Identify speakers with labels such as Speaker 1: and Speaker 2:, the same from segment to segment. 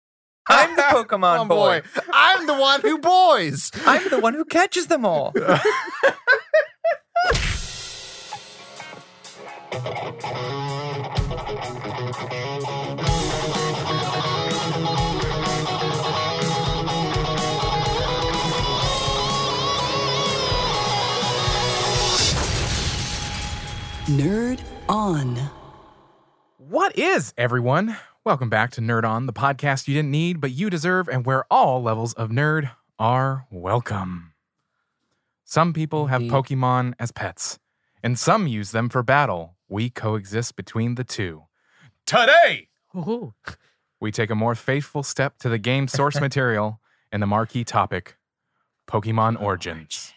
Speaker 1: I'm the Pokemon
Speaker 2: Oh,
Speaker 1: boy.
Speaker 2: boy. I'm the one who boys.
Speaker 1: I'm the one who catches them all.
Speaker 3: Nerd on.
Speaker 2: What is, everyone? Welcome back to Nerd On, the podcast you didn't need, but you deserve, and where all levels of nerd are welcome. Some people have Pokemon as pets, and some use them for battle. We coexist between the two. Today, we take a more faithful step to the game's source material and the marquee topic
Speaker 4: Oh
Speaker 2: Pokemon Origins.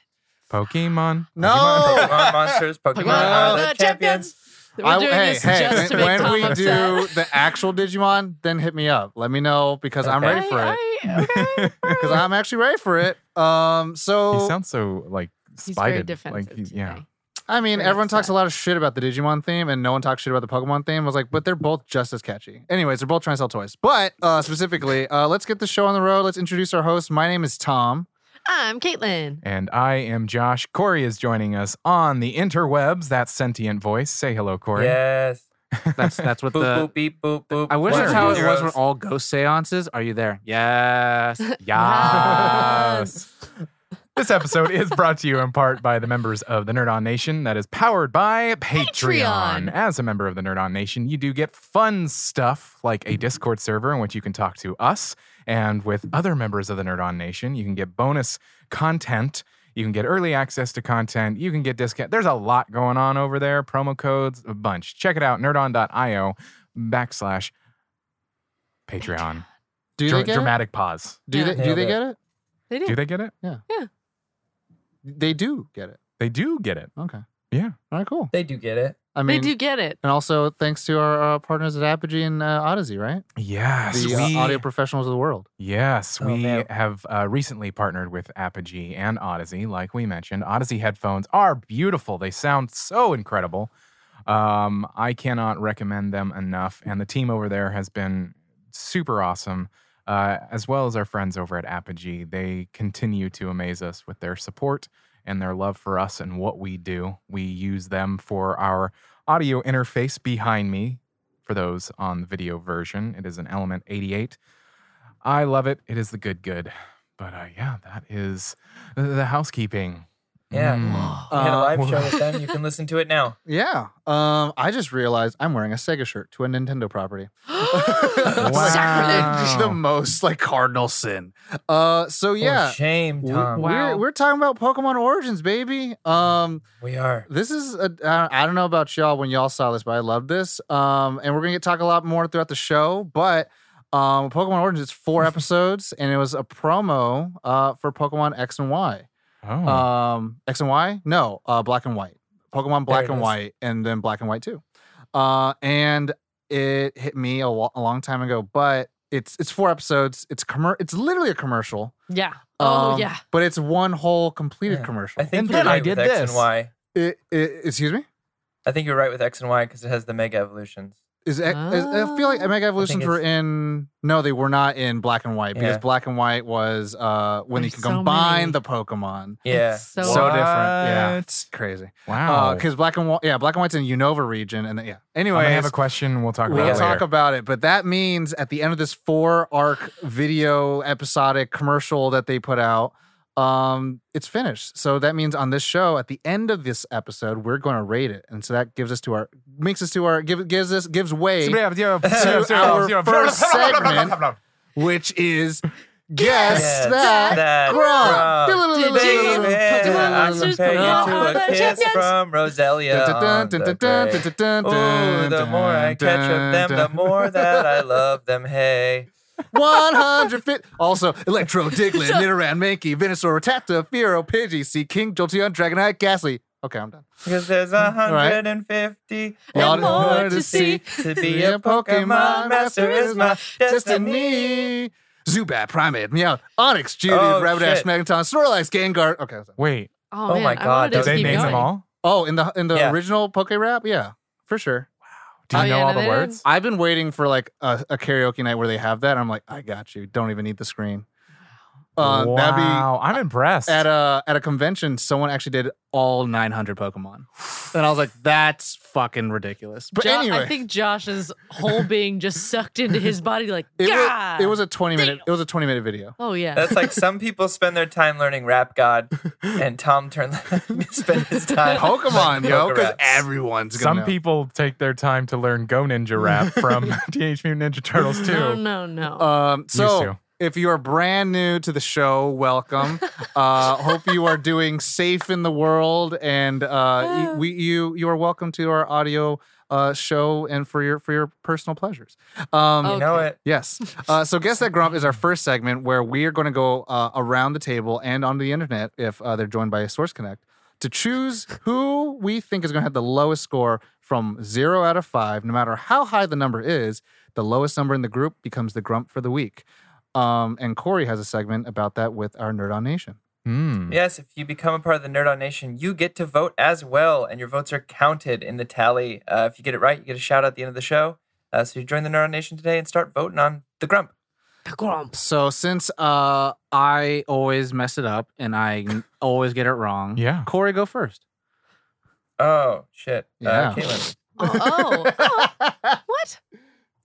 Speaker 2: Pokemon. No!
Speaker 1: Pokemon monsters, Pokemon are the champions.
Speaker 4: We're doing
Speaker 2: I-
Speaker 4: this just to
Speaker 2: when,
Speaker 4: make
Speaker 2: when
Speaker 4: Tom
Speaker 2: we
Speaker 4: upset.
Speaker 2: do the actual Digimon, then hit me up. Let me know because I'm
Speaker 1: Okay.
Speaker 2: ready for it.
Speaker 4: I, I, okay.
Speaker 2: Because I'm actually ready for it. Um, so
Speaker 5: He sounds so like
Speaker 4: Oh. He's
Speaker 5: spited.
Speaker 4: very defensive.
Speaker 5: Like he- yeah.
Speaker 4: today.
Speaker 2: I mean,
Speaker 4: Very
Speaker 2: everyone talks a
Speaker 4: upset.
Speaker 2: lot of shit about the Digimon theme, and no one talks shit about the Pokemon theme. I was like, but they're both just as catchy. Anyways, they're both trying to sell toys. But uh, specifically, uh, let's get the show on the road. Let's introduce our host. My name is Tom.
Speaker 4: I'm Caitlin.
Speaker 5: And I am Josh. Corey is joining us on the interwebs. That sentient voice. Say hello, Corey.
Speaker 1: Yes.
Speaker 6: That's that's what
Speaker 1: Boop,
Speaker 6: the.
Speaker 1: boop, beep, boop, boop.
Speaker 6: I wish
Speaker 1: One
Speaker 6: that's
Speaker 1: of
Speaker 6: how
Speaker 1: the
Speaker 6: it was
Speaker 1: zeros.
Speaker 6: with all ghost seances. Are you there? Yes.
Speaker 5: Yes. this episode is brought to you in part by the members of the Nerd On Nation that is powered by Patreon.
Speaker 4: Patreon.
Speaker 5: As a member of the Nerd On Nation, you do get fun stuff like a Discord server in which you can talk to us and with other members of the Nerd On Nation. You can get bonus content. You can get early access to content. You can get discount. There's a lot going on over there. Promo codes, a bunch. Check it out, nerdon.io backslash Patreon.
Speaker 2: Do
Speaker 5: Dra-
Speaker 2: they get
Speaker 5: dramatic pause.
Speaker 2: it? Do they, do
Speaker 1: Nailed
Speaker 2: they
Speaker 1: it.
Speaker 2: get it?
Speaker 4: They
Speaker 5: Do
Speaker 4: do.
Speaker 5: they get it?
Speaker 2: They do get it.
Speaker 5: They do get it.
Speaker 2: Okay.
Speaker 5: Yeah.
Speaker 2: All right, cool.
Speaker 1: They do get it.
Speaker 2: I
Speaker 4: They
Speaker 2: mean,
Speaker 4: do get it.
Speaker 2: and also thanks to our uh, partners at Apogee and uh, Odyssey, right?
Speaker 5: Yes.
Speaker 2: The
Speaker 5: we,
Speaker 2: uh, audio professionals of the world.
Speaker 5: yes,
Speaker 1: Oh,
Speaker 5: we
Speaker 1: man.
Speaker 5: have uh, recently partnered with Apogee and Odyssey, like we mentioned. Odyssey headphones are beautiful. They sound so incredible. Um, I cannot recommend them enough. And the team over there has been super awesome, uh, as well as our friends over at Apogee. They continue to amaze us with their support and their love for us and what we do. We use them for our audio interface behind me. For those on the video version, it is an Element 88. I love it. It is the good, good. But uh, yeah, that is the housekeeping.
Speaker 1: Yeah.
Speaker 5: Mm.
Speaker 1: We had a
Speaker 2: Uh,
Speaker 1: live show with them. You can listen to it now.
Speaker 2: Yeah. Um, I just realized I'm wearing a Sega shirt to a Nintendo property.
Speaker 5: Wow.
Speaker 2: Sacrilege. The most like cardinal sin. Uh, so yeah.
Speaker 1: Oh, shame,
Speaker 2: we-
Speaker 1: Tom.
Speaker 2: We're,
Speaker 4: Wow.
Speaker 2: we're talking about Pokemon Origins, baby. Um,
Speaker 1: We are.
Speaker 2: this is a, uh, I- I don't know about y'all when y'all saw this, but I love this. Um, and we're gonna get talk a lot more throughout the show. But um, Pokemon Origins is four episodes, and it was a promo uh for Pokemon X and Y.
Speaker 1: Hmm.
Speaker 5: Oh,
Speaker 2: Um, X and Y? No, uh, Black and White. Pokemon Black
Speaker 1: it
Speaker 2: and
Speaker 1: is.
Speaker 2: White, and then Black and White too. Uh, and it hit me a, wa- a long time ago, but it's it's four episodes. It's commer- It's literally a commercial.
Speaker 4: Yeah. Oh
Speaker 2: um,
Speaker 4: yeah.
Speaker 2: but it's one whole completed
Speaker 1: Yeah.
Speaker 2: commercial.
Speaker 1: I think
Speaker 5: And
Speaker 1: you're
Speaker 5: then I
Speaker 1: right
Speaker 5: did
Speaker 1: with X
Speaker 5: this.
Speaker 1: and Y.
Speaker 2: It- it- excuse me.
Speaker 1: I think you're right with X and Y because it has the mega evolutions.
Speaker 2: Is, it- is- I feel like
Speaker 4: Oh.
Speaker 2: Mega Evolutions were
Speaker 1: it's-
Speaker 2: in no, they were not in black and white because
Speaker 1: Yeah.
Speaker 2: black and white was uh when you can
Speaker 4: There's so
Speaker 2: combine
Speaker 4: many.
Speaker 2: the Pokemon.
Speaker 1: Yeah.
Speaker 4: It's so,
Speaker 2: So different. Yeah.
Speaker 5: What?
Speaker 2: It's crazy.
Speaker 5: wow.
Speaker 2: Because black and white yeah, black and white's in Unova region and then, yeah.
Speaker 5: I
Speaker 2: Anyway,
Speaker 5: may have a question. We'll talk about
Speaker 2: we'll
Speaker 5: it
Speaker 2: talk
Speaker 5: later.
Speaker 2: about it. But that means at the end of this four arc video episodic commercial that they put out, um, it's finished. So that means on this show, at the end of this episode, we're going to rate it, and so that gives us to our makes us to our give, gives us gives way to our first segment, which is guess
Speaker 1: Yes,
Speaker 2: that,
Speaker 1: that
Speaker 2: Grump.
Speaker 1: Grump. Baby, I
Speaker 4: Pokemon
Speaker 1: compare you
Speaker 4: Monsters
Speaker 1: to
Speaker 4: are
Speaker 1: a
Speaker 4: the
Speaker 1: kiss
Speaker 4: champions.
Speaker 1: from Roselia on the day. Ooh, the more I catch of them, the more that I love them. Hey,
Speaker 2: One hundred fifty. Also, Electro, Diglett, Nidoran, Mankey, Venusaur, Rattata, Firo, Pidgey, Sea King, Jolteon, Dragonite, Ghastly. Okay, I'm done.
Speaker 1: because there's a
Speaker 2: right.
Speaker 1: hundred and fifty
Speaker 2: Y'all
Speaker 1: and more
Speaker 2: wanted
Speaker 1: to
Speaker 2: to
Speaker 1: see. To be a Pokemon master is my destiny.
Speaker 2: Destiny. Zubat, Primate, Meowth, Onyx, Judy,
Speaker 1: Oh,
Speaker 2: Rapidash,
Speaker 1: shit.
Speaker 2: Magneton, Snorlax, Gengar. Okay. that's it.
Speaker 5: Wait,
Speaker 4: Oh,
Speaker 1: my
Speaker 4: man, I
Speaker 1: God,
Speaker 4: wanted to
Speaker 5: did
Speaker 1: Just
Speaker 5: they
Speaker 4: keep
Speaker 5: name them
Speaker 4: going.
Speaker 5: all?
Speaker 2: Oh, in the in the
Speaker 1: Yeah.
Speaker 2: original Poké Rap, yeah, for sure.
Speaker 5: Do you
Speaker 4: Oh, yeah,
Speaker 5: know all the
Speaker 4: no, they
Speaker 5: words?
Speaker 2: I've been waiting for like a, a karaoke night where they have that. I'm like, I got you. Don't even need the screen. Uh,
Speaker 5: wow,
Speaker 2: That'd be
Speaker 5: I'm impressed.
Speaker 2: at a at a convention. Someone actually did all 900 Pokemon, and I was like, that's fucking ridiculous. But
Speaker 4: Jo-
Speaker 2: anyway,
Speaker 4: I think Josh's whole being just sucked into his body like
Speaker 2: it,
Speaker 4: God.
Speaker 2: was, it was a 20 minute it was a 20 minute video.
Speaker 4: oh yeah.
Speaker 1: That's like some people spend their time learning rap god, and Tom Turner spent his time.
Speaker 2: Pokemon,
Speaker 1: learning
Speaker 2: yo, because
Speaker 1: Pokereps.
Speaker 2: everyone's gonna
Speaker 5: Some
Speaker 2: know.
Speaker 5: people take their time to learn Go Ninja Rap from Teenage Mutant Ninja Turtles too.
Speaker 4: No, no, no.
Speaker 2: Um,
Speaker 5: to.
Speaker 2: so if you are brand new to the show, welcome. uh, hope you are doing safe in the world, and uh, y- we you you are welcome to our audio uh, show and for your for your personal pleasures.
Speaker 4: Oh,
Speaker 2: Um,
Speaker 1: You know it.
Speaker 2: Yes. Uh, so, Guess That Grump is our first segment where we are going to go uh, around the table and onto the internet if uh, they're joined by Source Connect to choose who we think is going to have the lowest score from zero out of five. No matter how high the number is, the lowest number in the group becomes the grump for the week. Um, and Corey has a segment about that with our Nerd on Nation. Mm.
Speaker 5: Hmm.
Speaker 1: Yes, if you become a part of the Nerd On Nation, you get to vote as well, and your votes are counted in the tally. Uh, if you get it right, you get a shout out at the end of the show. Uh, so you join the Nerd On Nation today and start voting on the Grump.
Speaker 4: Grumps.
Speaker 2: So, since uh, I always mess it up and I always get it wrong,
Speaker 5: Yeah.
Speaker 2: Corey, go first.
Speaker 1: Oh shit!
Speaker 2: Yeah.
Speaker 1: Uh, Caitlin,
Speaker 4: Oh, oh, oh, what?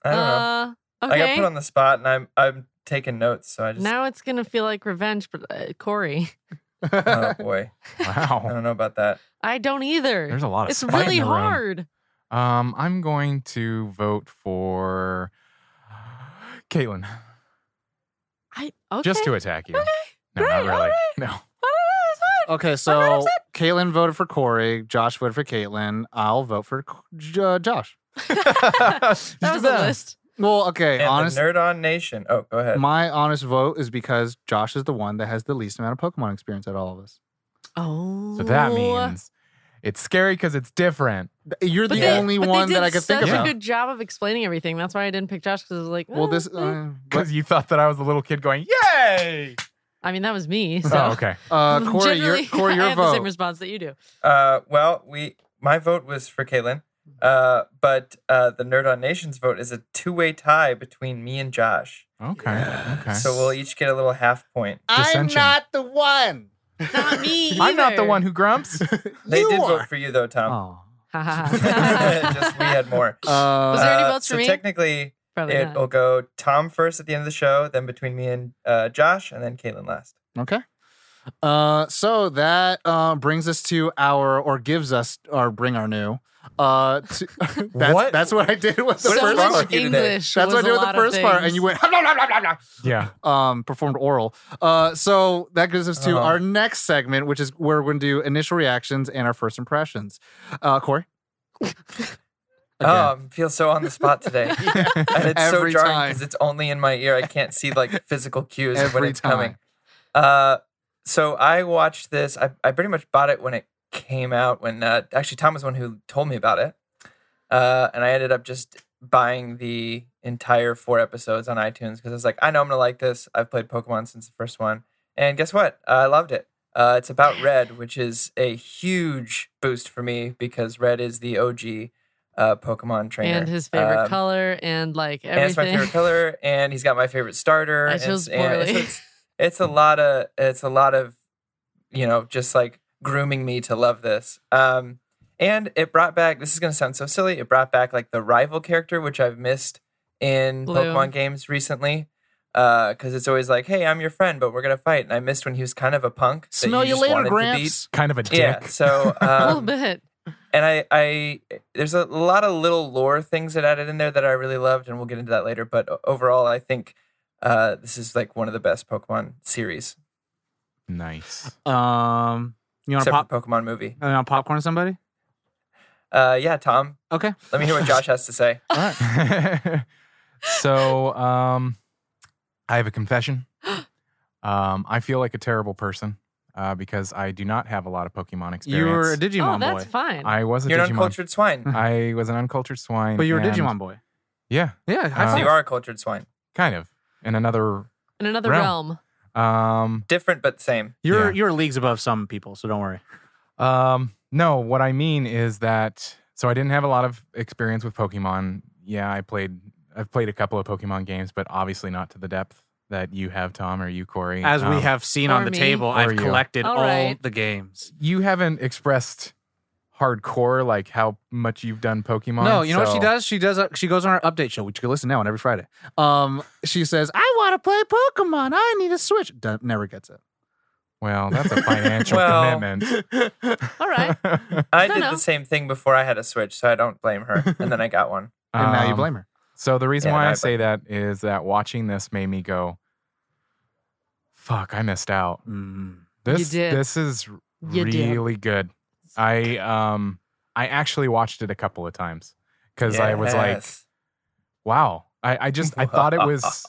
Speaker 1: I don't know.
Speaker 4: Uh,
Speaker 1: I got
Speaker 4: okay.
Speaker 1: put on the spot, and I'm I'm taking notes, so I just
Speaker 4: now it's gonna feel like revenge, but uh, Corey,
Speaker 2: Uh,
Speaker 1: oh boy, I
Speaker 5: Wow.
Speaker 1: don't know about that.
Speaker 4: I don't either.
Speaker 5: There's a lot of
Speaker 4: it's
Speaker 5: spite in
Speaker 4: really
Speaker 5: the room.
Speaker 4: hard.
Speaker 5: Um, I'm going to vote for Caitlin.
Speaker 4: I okay.
Speaker 5: Just to attack you.
Speaker 4: Okay.
Speaker 5: No, not
Speaker 4: Great,
Speaker 5: really.
Speaker 4: alright.
Speaker 5: No.
Speaker 4: Oh, that's fine.
Speaker 2: Okay,
Speaker 4: I'm
Speaker 2: so Caitlin voted for Corey. Josh voted for Caitlin. I'll vote for J- uh, Josh.
Speaker 4: That was a list.
Speaker 2: Well, okay,
Speaker 1: and
Speaker 2: honest.
Speaker 1: the Nerd On Nation. Oh, go ahead.
Speaker 2: My honest vote is because Josh is the one that has the least amount of Pokemon experience out of all of us.
Speaker 4: Oh,
Speaker 5: So that means it's scary because it's different.
Speaker 2: You're the
Speaker 4: But they-
Speaker 2: only
Speaker 4: but they
Speaker 2: one
Speaker 4: did
Speaker 2: that I could think
Speaker 4: such
Speaker 2: about.
Speaker 4: a good job of explaining everything. That's why I didn't pick Josh because I was like,
Speaker 2: well,
Speaker 4: "Ah,
Speaker 2: this.
Speaker 4: eh."
Speaker 2: Uh, but,
Speaker 5: Because you thought that I was a little kid going, Yay!
Speaker 4: I mean, that was me. So.
Speaker 5: Oh, okay.
Speaker 2: uh, Corey, your
Speaker 4: Generally,
Speaker 2: Corey,
Speaker 4: I
Speaker 2: your
Speaker 4: have the same
Speaker 2: vote.
Speaker 4: response that you do.
Speaker 1: Uh, well, we my vote was for Caitlin, uh, but uh, the Nerd on Nation's vote is a two way tie between me and Josh.
Speaker 5: Okay. Okay.
Speaker 1: So we'll each get a little half point.
Speaker 2: I'm
Speaker 5: dissension.
Speaker 2: not the one.
Speaker 4: Not me.
Speaker 5: I'm not the
Speaker 4: either.
Speaker 5: one who grumps.
Speaker 1: They
Speaker 2: You
Speaker 1: did
Speaker 2: are.
Speaker 1: vote for you though, Tom.
Speaker 2: Oh.
Speaker 4: Ha, ha, ha.
Speaker 1: Just we had more.
Speaker 4: Was
Speaker 2: Uh,
Speaker 4: there any
Speaker 1: Uh,
Speaker 4: votes for
Speaker 1: so
Speaker 4: me?
Speaker 1: Technically,
Speaker 4: Probably
Speaker 1: it
Speaker 4: not.
Speaker 1: will go Tom first at the end of the show, then between me and uh, Josh, and then Caitlin last.
Speaker 2: okay. Uh, so that uh, brings us to our, or gives us, or bring our new. Uh, to, that's,
Speaker 5: What?
Speaker 2: That's what I did with the
Speaker 4: so
Speaker 2: first
Speaker 1: wrong
Speaker 4: much
Speaker 2: part.
Speaker 1: with you today?
Speaker 4: English.
Speaker 2: That's
Speaker 4: was
Speaker 2: what I
Speaker 4: a
Speaker 2: did with the
Speaker 4: lot of
Speaker 2: first part, and
Speaker 4: things.
Speaker 2: you went blah, blah, blah, blah, blah,
Speaker 5: Yeah.
Speaker 2: um, performed oral. Uh, so that gives us to
Speaker 1: Uh-huh.
Speaker 2: our next segment, which is where we're going to do initial reactions and our first impressions. Uh, Corey,
Speaker 1: Oh, I feel so on the spot today. And it's so
Speaker 2: Every
Speaker 1: jarring
Speaker 2: time.
Speaker 1: because it's only in my ear. I can't see like physical cues of when
Speaker 2: every
Speaker 1: it's
Speaker 2: time.
Speaker 1: coming. Uh, so I watched this. I, I pretty much bought it when it came out. When uh, actually Tom was the one who told me about it, uh, and I ended up just buying the entire four episodes on iTunes because I was like, I know I'm gonna like this. I've played Pokemon since the first one, and guess what? I loved it. Uh, it's about Red, which is a huge boost for me because Red is the OG uh, Pokemon trainer
Speaker 4: and his
Speaker 2: Uh,
Speaker 4: favorite
Speaker 1: Um,
Speaker 4: color and like
Speaker 1: and it's my
Speaker 4: everything.
Speaker 1: favorite color, and he's got my favorite starter.
Speaker 4: I
Speaker 1: and it's-
Speaker 4: chose
Speaker 1: and it's-
Speaker 4: poorly.
Speaker 1: it's- it's a lot of it's a lot of you know just like grooming me to love this um and it brought back this is going to sound so silly it brought back like the rival character which i've missed in
Speaker 4: Blue.
Speaker 1: pokemon games recently because it's always like hey i'm your friend but we're going to fight and i missed when he was kind of a punk that
Speaker 2: Smell you
Speaker 1: just
Speaker 2: later,
Speaker 1: wanted to
Speaker 2: Gramps.
Speaker 5: Kind of a
Speaker 1: beat.
Speaker 5: dick.
Speaker 1: yeah so
Speaker 4: a little
Speaker 1: um,
Speaker 4: bit.
Speaker 1: and I, I there's a lot of little lore things that added in there that I really loved, and we'll get into that later. But o- overall, I think uh, this is like one of the best Pokemon series,
Speaker 5: Nice.
Speaker 2: Um, you want to
Speaker 1: except
Speaker 2: pop?
Speaker 1: for Pokemon movie.
Speaker 2: You want popcorn somebody?
Speaker 1: Uh, yeah, Tom.
Speaker 2: Okay.
Speaker 1: Let me hear what Josh has to say.
Speaker 5: so, um, I have a confession. Um, I feel like a terrible person uh, because I do not have a lot of Pokemon
Speaker 2: You were a
Speaker 5: experience.
Speaker 2: Digimon
Speaker 4: oh, that's
Speaker 2: boy,
Speaker 4: fine.
Speaker 5: I was a
Speaker 1: You're an
Speaker 5: Digimon.
Speaker 1: uncultured swine.
Speaker 5: I was an uncultured swine.
Speaker 2: but you were a
Speaker 5: and-
Speaker 2: Digimon boy.
Speaker 5: Yeah,
Speaker 2: Yeah, high
Speaker 5: Uh,
Speaker 1: So
Speaker 2: five.
Speaker 1: you are a cultured swine.
Speaker 5: kind of. In another,
Speaker 4: In another
Speaker 5: realm.
Speaker 4: realm.
Speaker 5: um,
Speaker 1: Different but same.
Speaker 2: you're
Speaker 5: yeah.
Speaker 2: you're leagues above some people, so don't worry.
Speaker 5: um, no. What I mean is that So I didn't have a lot of experience with Pokemon. Yeah, I played. I've played a couple of Pokemon games, but obviously not to the depth that you have, Tom, or you, Corey.
Speaker 2: As we
Speaker 5: Um,
Speaker 2: have seen
Speaker 4: Or
Speaker 2: on the
Speaker 4: me.
Speaker 2: table,
Speaker 5: Or
Speaker 2: I've
Speaker 5: you.
Speaker 2: collected
Speaker 4: All
Speaker 2: all,
Speaker 4: right.
Speaker 2: the games.
Speaker 5: you haven't expressed hardcore like how much you've done Pokemon.
Speaker 6: No, you know what she
Speaker 5: so-
Speaker 6: does? She does. she goes on her update show, which you can listen now on every Friday. Um, she says, "I want to play Pokemon. I need a Switch." Dun- never gets it.
Speaker 5: Well, that's a financial
Speaker 1: Well.
Speaker 5: commitment.
Speaker 4: All right.
Speaker 1: I
Speaker 4: No,
Speaker 1: did
Speaker 4: no.
Speaker 1: the same thing before I had a Switch, so I don't blame her. And then I got one.
Speaker 6: And now you
Speaker 5: Um,
Speaker 6: blame her.
Speaker 5: So the reason
Speaker 1: Yeah,
Speaker 5: why
Speaker 1: no,
Speaker 5: I
Speaker 1: I
Speaker 5: say that is that watching this made me go, "Fuck, I missed out." This
Speaker 4: did.
Speaker 5: this is
Speaker 4: You did.
Speaker 5: really good. I um I actually watched it a couple of times because I was like,
Speaker 1: Yes.
Speaker 5: "Wow." I, I just I thought it was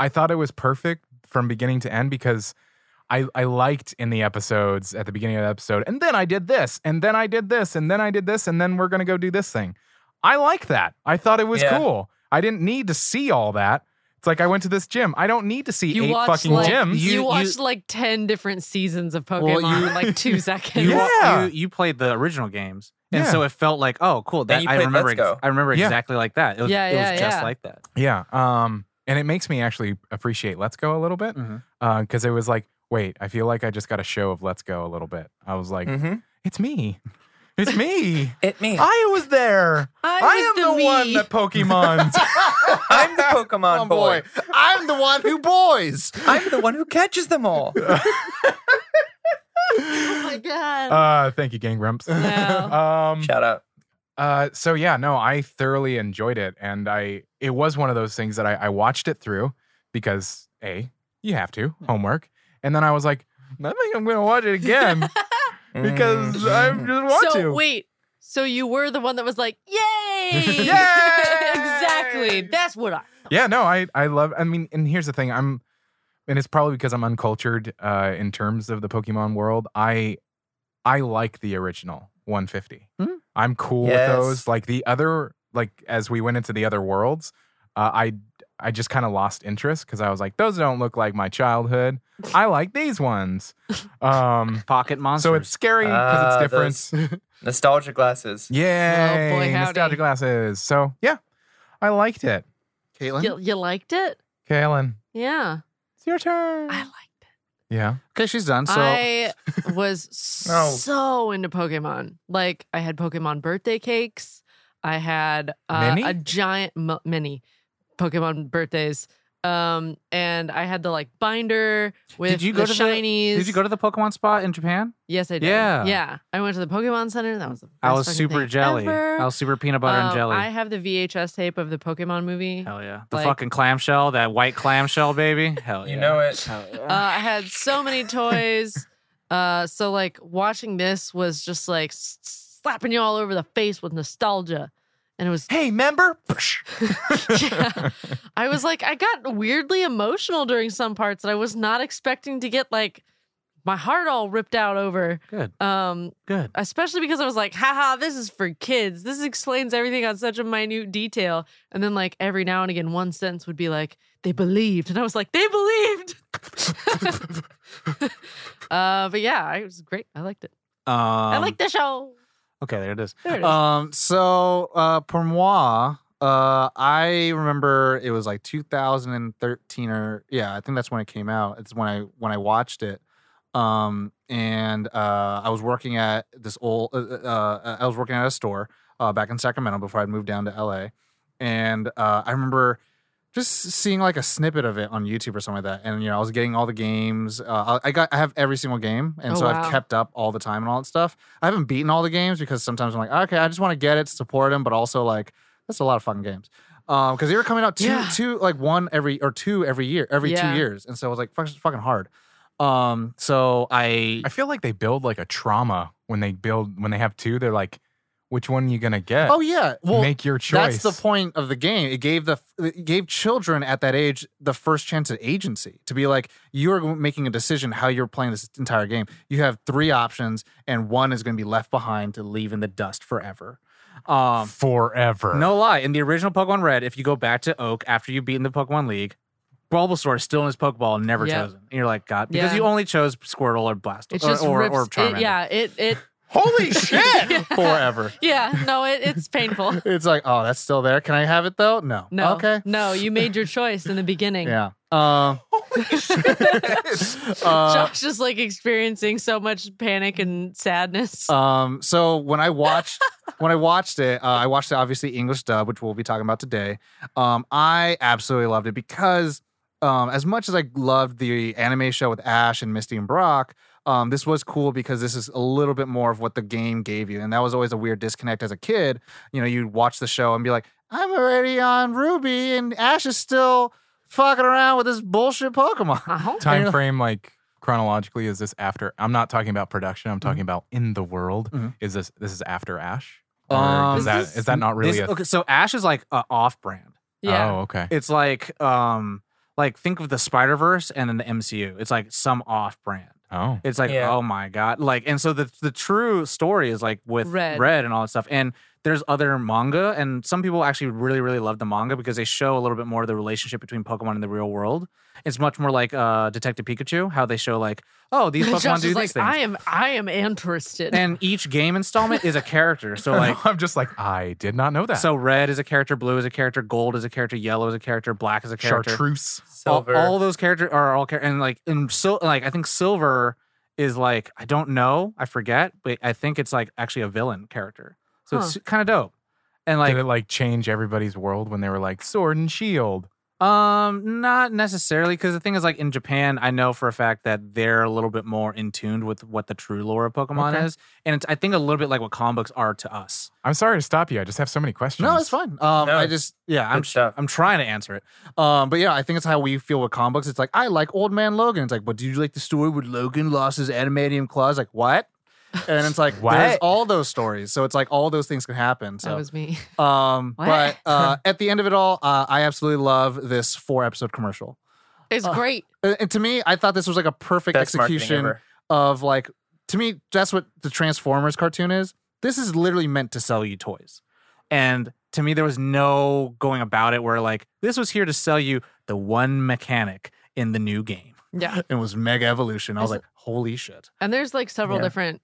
Speaker 5: I thought it was perfect from beginning to end because I, I liked in the episodes at the beginning of the episode, and then I did this, and then I did this, and then I did this, and then we're gonna go do this thing. I like that. I thought it was
Speaker 1: Yeah.
Speaker 5: cool. I didn't need to see all that. It's like I went to this gym. I don't need to see
Speaker 4: You
Speaker 5: eight
Speaker 4: watched
Speaker 5: fucking
Speaker 4: like
Speaker 5: gyms.
Speaker 4: you,
Speaker 2: You- you-
Speaker 4: watched like ten different seasons of
Speaker 2: Well,
Speaker 4: Pokemon
Speaker 2: you-
Speaker 4: in like two seconds.
Speaker 2: You,
Speaker 5: Yeah.
Speaker 2: you you played the original games, and
Speaker 5: Yeah.
Speaker 2: so it felt like, oh, cool. That
Speaker 1: you
Speaker 2: I
Speaker 1: played
Speaker 2: remember.
Speaker 1: Let's
Speaker 2: ex-
Speaker 1: Go.
Speaker 2: I remember
Speaker 5: Yeah.
Speaker 2: exactly like that. It was,
Speaker 4: Yeah,
Speaker 2: it was
Speaker 4: yeah,
Speaker 2: just
Speaker 4: yeah.
Speaker 2: like that.
Speaker 5: yeah. Um, and it makes me actually appreciate Let's Go a little bit.
Speaker 2: Mhm.
Speaker 5: Uh, cause it was like, wait, I feel like I just got a show of Let's Go a little bit. I was like,
Speaker 1: hmm
Speaker 5: it's me. It's me.
Speaker 1: It me.
Speaker 5: I was there.
Speaker 4: I,
Speaker 5: I,
Speaker 4: was
Speaker 5: am the, one
Speaker 4: me.
Speaker 5: that Pokemon's.
Speaker 1: I'm the Pokemon Oh,
Speaker 5: Oh,
Speaker 1: boy.
Speaker 6: I'm the one who boys.
Speaker 1: I'm the one who catches them all.
Speaker 4: Oh my god.
Speaker 5: uh, thank you, Gang Grumps.
Speaker 4: No.
Speaker 5: Um,
Speaker 1: Shout out.
Speaker 5: uh, so yeah, no, I thoroughly enjoyed it, and I it was one of those things that I, I watched it through because a you have to homework, and then I was like, I think I'm gonna watch it again because I
Speaker 1: Mm-hmm.
Speaker 5: just want
Speaker 4: so
Speaker 5: to.
Speaker 4: wait. So you were the one that was like, "Yay!"
Speaker 5: Yay!
Speaker 4: exactly. That's what I.
Speaker 5: yeah no i i love i mean and here's the thing i'm and it's probably because i'm uncultured uh in terms of the pokemon world i i like the original 150
Speaker 6: Hmm.
Speaker 5: i'm cool
Speaker 1: Yes.
Speaker 5: with those like the other like as we went into the other worlds uh, i i just kind of lost interest because i was like those don't look like my childhood i like these ones um
Speaker 2: Pocket monsters.
Speaker 5: so it's scary because
Speaker 1: Ah,
Speaker 5: it's different
Speaker 1: Nostalgia glasses.
Speaker 5: yeah
Speaker 4: Oh, boy, howdy.
Speaker 5: nostalgia glasses so yeah i liked it
Speaker 6: Caitlin.
Speaker 4: You, you liked it?
Speaker 5: kaylin
Speaker 4: Yeah,
Speaker 5: it's your turn
Speaker 4: I liked it.
Speaker 5: yeah
Speaker 6: Okay, she's done. So
Speaker 4: I was
Speaker 2: Oh.
Speaker 1: No.
Speaker 4: so into Pokemon. Like I had Pokemon birthday cakes. I had uh,
Speaker 5: Mini?
Speaker 4: a giant m- mini Pokemon birthdays. Um, and I had the like binder with
Speaker 2: you go
Speaker 4: the
Speaker 2: to the-
Speaker 4: shinies.
Speaker 2: did you go to the Pokemon spot in Japan?
Speaker 4: Yes, I did.
Speaker 2: Yeah.
Speaker 4: yeah. I went to the Pokemon Center. That was the.
Speaker 2: I
Speaker 4: best
Speaker 2: was
Speaker 4: fucking
Speaker 2: super
Speaker 4: thing
Speaker 2: jelly.
Speaker 4: ever.
Speaker 2: I was super peanut butter and
Speaker 4: Um,
Speaker 2: jelly.
Speaker 4: I have the VHS tape of the Pokemon movie.
Speaker 2: Hell yeah. The
Speaker 4: Like-
Speaker 2: fucking clamshell, that white clamshell, baby. Hell yeah.
Speaker 1: You know it.
Speaker 2: Hell yeah.
Speaker 4: Uh, I had so many toys. uh, so like watching this was just like s- slapping you all over the face with nostalgia, and it was.
Speaker 5: Hey, member.
Speaker 4: yeah. I was like, I got weirdly emotional during some parts that I was not expecting to get like my heart all ripped out over.
Speaker 2: Good.
Speaker 4: Um,
Speaker 2: Good.
Speaker 4: especially because I was like, haha, this is for kids. This explains everything on such a minute detail. And then, like, every now and again, one sentence would be like, they believed. And I was like, they believed. uh, but yeah, it was great. I liked it.
Speaker 2: Um, uh,
Speaker 4: I liked the show.
Speaker 2: Okay, there it is.
Speaker 4: There it is.
Speaker 6: Um, so uh, pour moi, uh, I remember it was like 2013 or yeah, I think that's when it came out. It's when I when I watched it. Um, and uh, I was working at this old. Uh, uh, uh, I was working at a store uh, back in Sacramento before I'd moved down to LA, and uh, I remember. Just seeing like a snippet of it on YouTube or something like that, and you know, I was getting all the games. Uh, I I got I have every single game, and
Speaker 4: Oh,
Speaker 6: so
Speaker 4: wow.
Speaker 6: I've kept up all the time and all that stuff. I haven't beaten all the games because sometimes I'm like, okay, I just want to get it, support them, but also like that's a lot of fucking games. Um, because they were coming out two,
Speaker 4: Yeah.
Speaker 6: two, like one every or two every year, every
Speaker 4: Yeah.
Speaker 6: two years, and so it was like fuck, it's fucking hard. Um, so I,
Speaker 5: I feel like they build like a trauma when they build when they have two. They're like, which one you gonna get?
Speaker 6: oh yeah, well
Speaker 5: make your choice.
Speaker 6: that's the point of the game. It gave the it gave children at that age the first chance at agency to be like, you're making a decision how you're playing this entire game. You have three options, and one is going to be left behind to leave in the dust forever. Um,
Speaker 5: Forever.
Speaker 2: No lie, in the original Pokemon Red, if you go back to Oak after you've beaten the Pokemon League, Bulbasaur is still in his Pokeball, and never
Speaker 4: Yeah.
Speaker 2: chosen. And you're like, God, because
Speaker 4: Yeah.
Speaker 2: you only chose Squirtle or Blast
Speaker 4: It
Speaker 2: or,
Speaker 4: just
Speaker 2: or,
Speaker 4: rips.
Speaker 2: or
Speaker 4: it-
Speaker 2: Charmander.
Speaker 4: yeah, it it
Speaker 2: Holy shit! Forever.
Speaker 4: Yeah, no, it, it's painful.
Speaker 2: It's like, oh, that's still there. Can I have it though? No.
Speaker 4: No.
Speaker 2: Okay.
Speaker 4: No, you made your choice in the beginning.
Speaker 2: Yeah. Uh, uh,
Speaker 4: Josh is like experiencing so much panic and sadness.
Speaker 7: Uh,
Speaker 2: um, so when I watched when I watched it, uh, I watched the obviously English dub, which we'll be talking about today. Um, I absolutely loved it because um, as much as I loved the anime show with Ash and Misty and Brock, um, this was cool because this is a little bit more of what the game gave you, and that was always a weird disconnect as a kid. You know, you'd watch the show and be like, "I'm already on Ruby, and Ash is still fucking around with this bullshit Pokemon."
Speaker 4: Uh-huh.
Speaker 5: Time frame, like chronologically, is this after? I'm not talking about production. I'm talking about in the world.
Speaker 2: Mhm.
Speaker 5: Is this this is after Ash?
Speaker 2: Um,
Speaker 5: Or is that is
Speaker 7: this-
Speaker 5: that not really
Speaker 7: This-
Speaker 5: a?
Speaker 7: okay, so Ash is like a off-brand.
Speaker 4: Yeah.
Speaker 5: Oh, okay.
Speaker 7: It's like um like think of the Spider Verse and then the MCU. It's like some off-brand.
Speaker 5: Oh,
Speaker 7: It's like
Speaker 1: Yeah.
Speaker 7: oh my god, like and so the the true story is like with
Speaker 4: Red.
Speaker 7: Red, and all that stuff and. There's other manga, and some people actually really, really love the manga because they show a little bit more of the relationship between Pokemon and the real world. It's much more like uh, Detective Pikachu, how they show like, oh, these Pokemon
Speaker 4: Josh
Speaker 7: do these
Speaker 4: is like,
Speaker 7: things,
Speaker 4: I am, I am interested.
Speaker 7: and each game installment is a character. So like,
Speaker 5: I'm just like I did not know that.
Speaker 7: So red is a character, blue is a character, gold is a character, yellow is a character, black is a character.
Speaker 5: chartreuse.
Speaker 7: All,
Speaker 1: Silver.
Speaker 7: all those characters are all characters, and like and so like I think silver is like I don't know, I forget, but I think it's like actually a villain character. So it's kind of dope. And like
Speaker 5: did it like change everybody's world when they were like sword and shield?
Speaker 7: um not necessarily cuz the thing is like in Japan, I know for a fact that they're a little bit more in tuned with what the true lore of Pokemon
Speaker 5: Okay.
Speaker 7: is, and it's I think a little bit like what comic books are to us.
Speaker 5: I'm sorry to stop you. I just have so many questions.
Speaker 2: No, it's fine. Um,
Speaker 1: No,
Speaker 2: I
Speaker 1: it's
Speaker 2: just yeah,
Speaker 1: Good
Speaker 2: I'm sh-
Speaker 1: stuff.
Speaker 7: I'm trying to answer it.
Speaker 2: um, but yeah, I think it's how we feel with comic books. It's like I like Old Man Logan. It's like, but do you like the story where Logan lost his animadium claws? Like what? And it's like there's
Speaker 5: What?
Speaker 2: all those stories. So it's like all those things can happen.
Speaker 4: that
Speaker 2: So
Speaker 4: was me.
Speaker 2: um,
Speaker 4: What?
Speaker 2: but uh, at the end of it all, uh, I absolutely love this four episode commercial.
Speaker 4: It's great.
Speaker 2: Uh, And to me, I thought this was like a perfect
Speaker 1: Best marketing
Speaker 2: execution
Speaker 1: ever.
Speaker 2: of like to me that's what the transformers cartoon is this is literally meant to sell you toys
Speaker 7: And to me, there was no going about it where like this was here to sell you the one mechanic in the new game.
Speaker 4: Yeah.
Speaker 2: it was mega evolution i was
Speaker 4: Is it-
Speaker 2: like holy shit
Speaker 4: And there's like several
Speaker 1: Yeah.
Speaker 4: different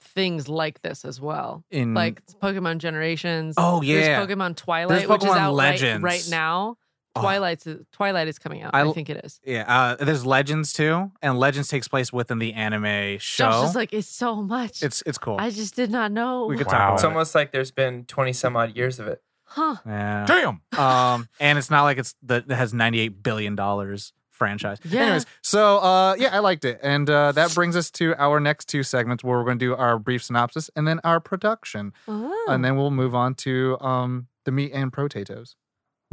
Speaker 4: things like this as well.
Speaker 7: In
Speaker 4: Like Pokemon Generations.
Speaker 7: Mm. oh yeah,
Speaker 4: There's Pokemon Twilight, which is
Speaker 7: Pokemon
Speaker 4: out right-
Speaker 7: Legends.
Speaker 4: Right, now.
Speaker 7: Oh.
Speaker 4: Twilight's Twilight is coming out.
Speaker 7: I
Speaker 4: I,
Speaker 7: l-
Speaker 4: think it is.
Speaker 7: yeah. Uh, there's Legends too, and Legends takes place within the anime show.
Speaker 4: Josh is like, it's so much.
Speaker 7: it's it's cool.
Speaker 4: I just did not know.
Speaker 7: we could
Speaker 5: Wow.
Speaker 7: talk about
Speaker 1: It's
Speaker 7: it.
Speaker 1: almost like there's been 20 some odd years of it.
Speaker 4: huh.
Speaker 7: Yeah.
Speaker 5: Damn.
Speaker 7: um, and it's not like it's the, it has 98 billion dollars franchise.
Speaker 4: Yeah.
Speaker 2: anyways so uh yeah i liked it and uh that brings us to our next two segments where we're going to do our brief synopsis and then our production
Speaker 4: Oh.
Speaker 2: and then we'll move on to um the meat and potatoes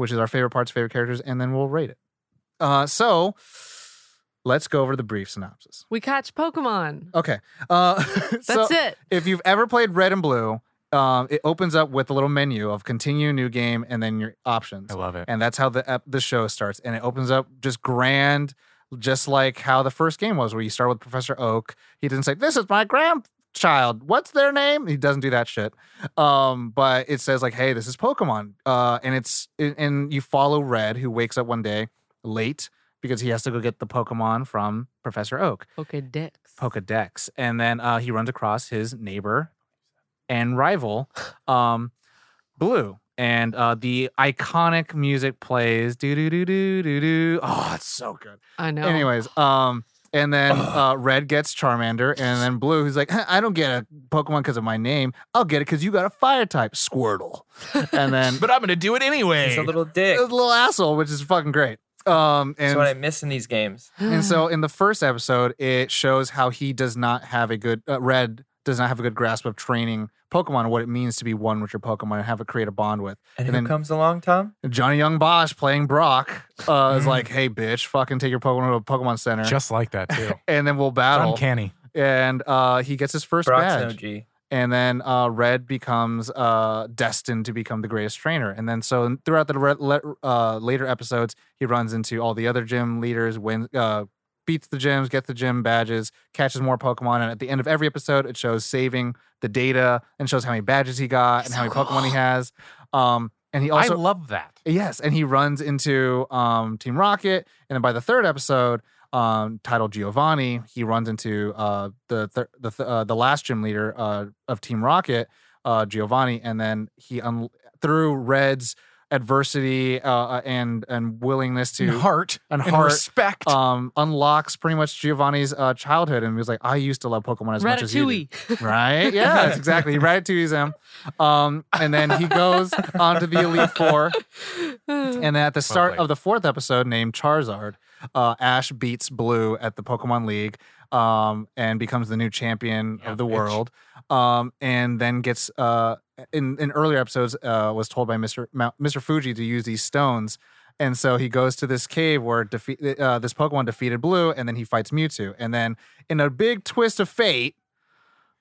Speaker 2: which is our favorite parts favorite characters and then we'll rate it uh so let's go over the brief synopsis
Speaker 4: we catch Pokemon.
Speaker 2: okay uh so-
Speaker 4: That's it.
Speaker 2: if you've ever played Red and Blue, um, it opens up with a little menu of continue, new game, and then your options.
Speaker 5: I love it.
Speaker 2: And that's how the ep- the show starts. And it opens up just grand, just like how the first game was, where you start with Professor Oak. He didn't say, "This is my grandchild. What's their name?" He doesn't do that shit. Um, but it says like, "Hey, this is Pokemon," uh, and it's and- and you follow Red, who wakes up one day late
Speaker 7: Because he has to go get the Pokemon from Professor Oak.
Speaker 4: Pokedex.
Speaker 7: Pokedex, and then uh, he runs across his neighbor and rival, um, Blue, and uh, the iconic music plays. Do do do do do do. Oh, it's so good.
Speaker 4: I know.
Speaker 2: Anyways, um, and then uh, Red gets Charmander, and then Blue, who's like, "Huh, I don't get a Pokemon because of my name. I'll get it because you got a Fire type, Squirtle. And then
Speaker 5: But I'm gonna do it anyway.
Speaker 1: He's a little dick.
Speaker 2: a little asshole, which is fucking great. Um,
Speaker 1: That's what I
Speaker 2: and
Speaker 1: miss in these games.
Speaker 2: and so in the first episode, it shows how he does not have a good uh, Red does not have a good grasp of training Pokemon and what it means to be one with your Pokemon and have it create a bond with.
Speaker 1: And,
Speaker 2: And
Speaker 1: who
Speaker 2: then-
Speaker 1: comes along, Tom?
Speaker 2: Johnny Young Bosch playing Brock uh, is like, "Hey, bitch, fucking take your Pokemon to a Pokemon Center,
Speaker 5: Just like that too.
Speaker 2: and then we'll battle."
Speaker 5: Uncanny.
Speaker 2: and uh, he gets his first
Speaker 1: Brock's an
Speaker 2: badge.
Speaker 1: OG.
Speaker 2: and then uh, Red becomes uh, destined to become the greatest trainer. And then so throughout the re- le- uh, later episodes, he runs into all the other gym leaders, wins, uh, beats the gyms, gets the gym badges, catches more Pokemon, and at the end of every episode, it shows saving the data and shows how many badges he got and how many Pokemon he has. Um, and he also
Speaker 5: I love that.
Speaker 2: Yes, and he runs into um, Team Rocket, and then by the third episode, um, titled Giovanni, he runs into uh, the th- the th- uh, the last gym leader uh, of Team Rocket, uh, Giovanni, and then he un- through Red's adversity uh, uh, and and willingness to
Speaker 5: and heart
Speaker 2: and
Speaker 5: and
Speaker 2: heart
Speaker 5: respect.
Speaker 2: um, unlocks pretty much Giovanni's uh, childhood, and he was like, "I used to love Pokemon as much as you."
Speaker 4: Ratatouille.
Speaker 2: did." Right? Yeah, exactly. Ratatouille's him, um, and then he goes on to the Elite Four. And at the start
Speaker 5: played.
Speaker 2: of the fourth episode, named Charizard, uh, Ash beats Blue at the Pokemon League um, and becomes the new champion
Speaker 5: Yeah,
Speaker 2: of the
Speaker 5: bitch.
Speaker 2: world. Um, and then gets uh, in in earlier episodes uh, was told by Mister Mount, Mister Fuji to use these stones. And so he goes to this cave where defeat, uh, this Pokemon defeated Blue, and then he fights Mewtwo. And then, in a big twist of fate,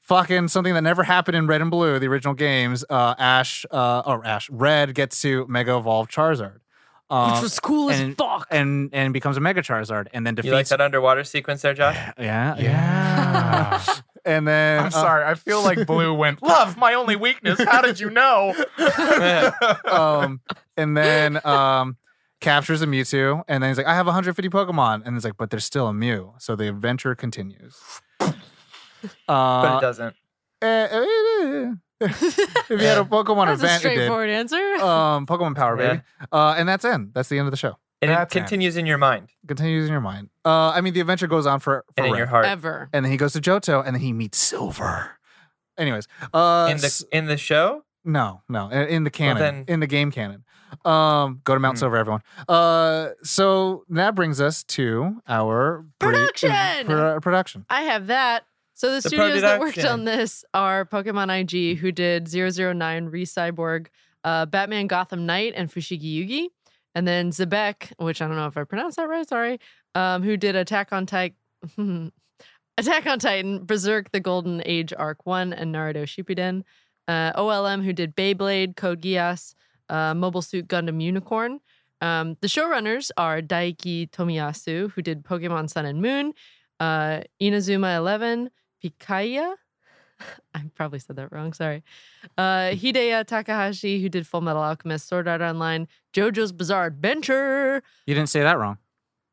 Speaker 2: fucking something that never happened in Red and Blue, the original games, uh, Ash uh, or Ash Red gets to Mega Evolve Charizard.
Speaker 4: Which
Speaker 2: Um,
Speaker 4: was cool as
Speaker 2: and-
Speaker 4: fuck.
Speaker 2: and and becomes a Mega Charizard, and then defeats.
Speaker 1: You like that underwater sequence there, Josh?
Speaker 2: Yeah,
Speaker 5: yeah.
Speaker 2: And then
Speaker 5: I'm sorry. I feel like Blue went, Love, my only weakness. How did you know?
Speaker 2: um, and then um, captures a Mewtwo, and then he's like, "I have 150 Pokemon," and he's like, "But there's still a Mew." So the adventure continues.
Speaker 1: but it
Speaker 2: Uh,
Speaker 1: doesn't.
Speaker 2: eh, eh, eh, eh. if you had a Pokemon
Speaker 4: That's
Speaker 2: event, it
Speaker 4: a
Speaker 2: did.
Speaker 4: straightforward answer.
Speaker 2: Um, Pokemon Power, baby. Uh, and that's in. That's the end of the show.
Speaker 1: And it
Speaker 5: That's
Speaker 1: continues in your mind
Speaker 2: Continue using your mind. Uh, I mean, the adventure goes on for, for
Speaker 1: and in
Speaker 2: Red.
Speaker 1: your heart.
Speaker 4: Ever.
Speaker 2: and then he goes to Johto, and then he meets Silver. Anyways, uh,
Speaker 1: in
Speaker 2: s-
Speaker 1: the in the show,
Speaker 2: No, no, i- in the canon,
Speaker 1: then-
Speaker 2: in the game canon. Um, go to Mount
Speaker 1: Hmm.
Speaker 2: Silver, everyone. Uh, so that brings us to our brief-
Speaker 4: Production!
Speaker 2: pro- production.
Speaker 4: I have that. So the,
Speaker 1: The
Speaker 4: studios that worked
Speaker 1: production.
Speaker 4: on this are Pokemon IG, who did 009, Recyborg, uh, Batman Gotham Knight, and Fushigi Yugi. And then Zebek, which I don't know if I pronounced that right, sorry, um, who did Attack on Titan, Attack on Titan, Berserk, The Golden Age Arc 1, and Naruto Shippuden. Uh, OLM, who did Beyblade, Code Geass, uh, Mobile Suit Gundam Unicorn. Um, the showrunners are Daiki Tomiyasu, who did Pokemon Sun and Moon, uh, Inazuma Eleven, Pikaya. I probably said that wrong. Sorry. Uh, Hideya Takahashi, who did Full Metal Alchemist, Sword Art Online, JoJo's Bizarre Adventure.
Speaker 2: You didn't say that wrong.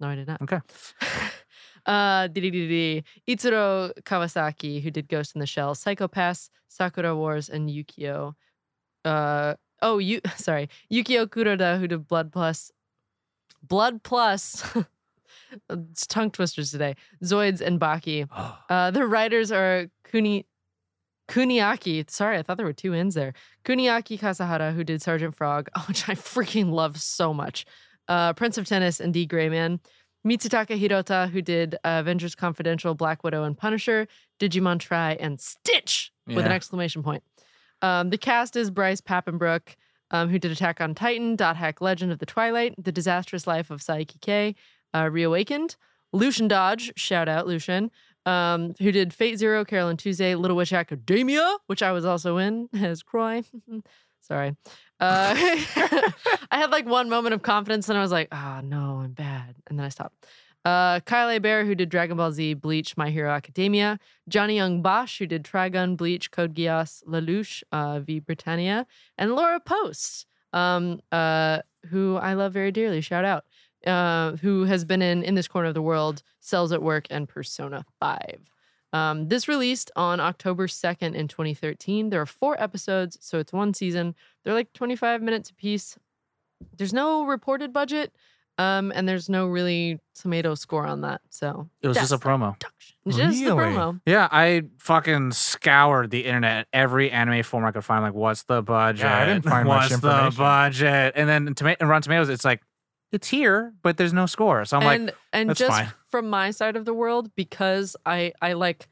Speaker 4: No, I did not.
Speaker 2: Okay.
Speaker 4: uh, dee-dee-dee-dee. Itsuro Kawasaki, who did Ghost in the Shell, Psychopaths, Sakura Wars, and Yukio. Uh, oh, you sorry, Yukio Kuroda, who did Blood Plus, Blood Plus. it's tongue twisters today. Zoids and Baki. Uh, the writers are Kuni. Kuniaki, sorry, I thought there were two ends there. Kuniaki Kasahara, who did Sergeant Frog, which I freaking love so much. Uh, Prince of Tennis and D. Grayman. Mitsutaka Hirota, who did uh, Avengers Confidential, Black Widow, and Punisher, Digimon Try, and Stitch with an
Speaker 2: Yeah.
Speaker 4: exclamation point. Um, the cast is Bryce Pappenbrook, um, who did Attack on Titan, Dot Hack Legend of the Twilight, The Disastrous Life of Saiki K, uh, Reawakened, Lucian Dodge, shout out Lucian, um, who did Fate Zero, Carolyn Tuesday, Little Witch Academia, which I was also in as Croy. Sorry. Uh, I had like one moment of confidence and I was like, oh no, I'm bad. And then I stopped. Uh, Kyle Bear, who did Dragon Ball Z, Bleach, My Hero Academia, Johnny Young Bosch, who did Trigun, Bleach, Code Geass, Lelouch, uh, V Britannia, and Laura Post, um, uh, who I love very dearly. Shout out. Uh, who has been in In This Corner of the World, Cells at Work, and Persona 5. Um, this released on October 2nd in 2013. There are four episodes, so it's one season. They're like 25 minutes apiece. There's no reported budget, um, and there's no really tomato score on that. So
Speaker 2: It was just a
Speaker 4: that's the
Speaker 2: promo.
Speaker 4: production. It's just the
Speaker 5: Really?
Speaker 4: promo.
Speaker 2: Yeah, I fucking scoured the internet, every anime form I could find. Like, what's the budget?
Speaker 5: Yeah, I didn't find much
Speaker 2: what's the
Speaker 5: information.
Speaker 2: budget? And then in toma- in Rotten Tomatoes, it's like it's here, but there's no score. So I'm like,
Speaker 4: and and
Speaker 2: "That's
Speaker 4: just
Speaker 2: fine."
Speaker 4: from my side of the world, because I I like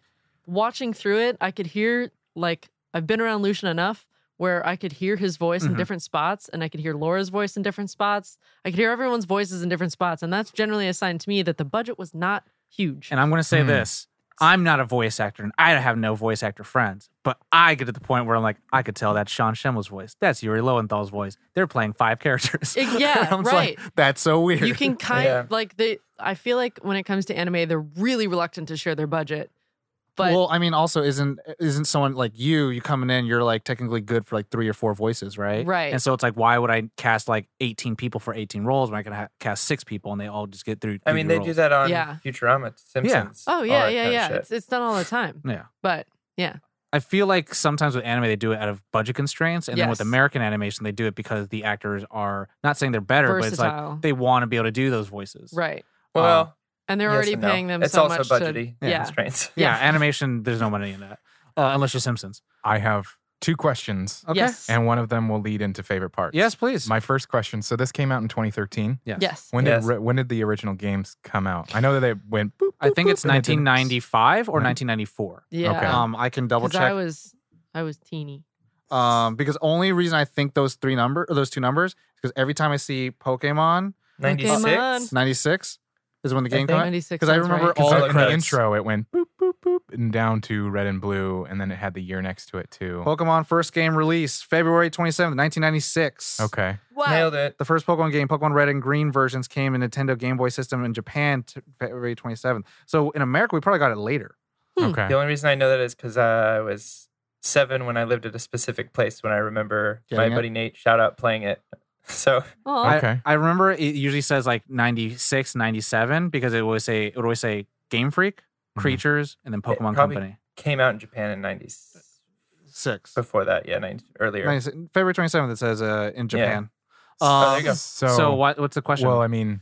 Speaker 4: watching through it, I could hear like I've been around Lucian enough where I could hear his voice in
Speaker 2: Mhm.
Speaker 4: different spots, and I could hear Laura's voice in different spots. I could hear everyone's voices in different spots, and that's generally a sign to me that the budget was not huge.
Speaker 2: And I'm going to say
Speaker 5: Hmm.
Speaker 2: this I'm not a voice actor and I have no voice actor friends, but I get to the point where I'm like, I could tell that's Sean Schimmel's voice. That's Yuri Lowenthal's voice. They're playing five characters.
Speaker 4: Ex- yeah,
Speaker 2: I'm just like, that's so weird.
Speaker 4: you can kind
Speaker 1: Yeah.
Speaker 4: like they. I feel like when it comes to anime, they're really reluctant to share their budget. But
Speaker 6: well, I mean, also isn't isn't someone like you? You coming in, you're like technically good for like three or four voices, right?
Speaker 4: Right.
Speaker 2: And so it's like, why would I cast like 18 people for 18 roles when I can ha- cast six people and they all just get through?
Speaker 1: I
Speaker 2: through
Speaker 1: mean,
Speaker 2: the
Speaker 1: they do
Speaker 2: roles?
Speaker 1: that on
Speaker 4: Yeah.
Speaker 1: Futurama, Simpsons.
Speaker 4: oh
Speaker 1: all
Speaker 4: yeah,
Speaker 1: that
Speaker 4: yeah,
Speaker 1: kind of
Speaker 4: yeah.
Speaker 1: shit.
Speaker 4: It's it's done all the time.
Speaker 2: Yeah.
Speaker 4: But
Speaker 2: I feel like sometimes with anime, they do it out of budget constraints. And then with
Speaker 4: Yes.
Speaker 2: American animation, they do it because the actors are not saying they're better, but it's like
Speaker 4: versatile.
Speaker 2: they want to be able to do those voices.
Speaker 4: right.
Speaker 1: Well,
Speaker 4: And uh, they're
Speaker 1: yes
Speaker 4: already
Speaker 1: and no.
Speaker 4: paying them
Speaker 1: It's
Speaker 4: so
Speaker 1: also
Speaker 4: much
Speaker 1: budgety
Speaker 4: to yeah.
Speaker 1: constraints.
Speaker 2: Yeah. Animation, there's no money in that. Uh, unless you're Simpsons.
Speaker 5: I have two questions,
Speaker 2: Okay.
Speaker 4: Yes.
Speaker 5: and one of them will lead into favorite parts.
Speaker 2: Yes, please.
Speaker 5: My first question. So this came out in 2013.
Speaker 2: yes.
Speaker 4: yes.
Speaker 5: When
Speaker 1: Yes.
Speaker 5: did ri- when did the original games come out? I know that they went. Boop,
Speaker 2: I
Speaker 5: boop,
Speaker 2: think it's
Speaker 5: boop, and it didn't-
Speaker 2: 1995 or
Speaker 5: Mhm.
Speaker 2: 1994.
Speaker 4: Yeah.
Speaker 5: Okay.
Speaker 2: Um,
Speaker 6: Um, I can double
Speaker 4: 'Cause I
Speaker 6: check.
Speaker 4: was I was teeny.
Speaker 6: um, because only reason I think those three number or those two numbers because every time I see Pokemon
Speaker 1: Ninety six.
Speaker 4: Pokemon.
Speaker 6: ninety six is when the
Speaker 1: I
Speaker 6: game
Speaker 1: think-
Speaker 6: came out.
Speaker 4: Ninety six.
Speaker 6: Because I remember all
Speaker 5: Because I-
Speaker 6: the
Speaker 5: in the
Speaker 1: credits.
Speaker 5: intro, it went boop boop boop and down to red and blue, and then it had the year next to it too.
Speaker 6: Pokemon first game release February twenty seventh, nineteen ninety six.
Speaker 5: Okay.
Speaker 1: Nailed it.
Speaker 6: The first Pokemon game, Pokemon Red and Green versions, came in Nintendo Game Boy system in Japan t- February 27th. So in America, we probably got it later.
Speaker 4: Hmm.
Speaker 5: Okay.
Speaker 1: The only reason I know that is because I was seven when I lived at a specific place when I remember
Speaker 6: Getting
Speaker 1: my
Speaker 6: it?
Speaker 1: buddy Nate shout out playing it. So
Speaker 4: Aw.
Speaker 2: I-
Speaker 5: Okay.
Speaker 2: I remember it usually says like 96, 97 because it would say it would always say Game Freak,
Speaker 5: Mhm.
Speaker 2: Creatures, and then Pokemon
Speaker 1: probably-
Speaker 2: Company.
Speaker 1: came out in Japan in ninety
Speaker 6: Six.
Speaker 1: before that, yeah, 90, earlier.
Speaker 6: 96 February 27th, it says uh, in Japan.
Speaker 1: Oh, there
Speaker 6: Um,
Speaker 1: you go.
Speaker 5: So,
Speaker 2: so what? What's the question?
Speaker 5: Well, I mean,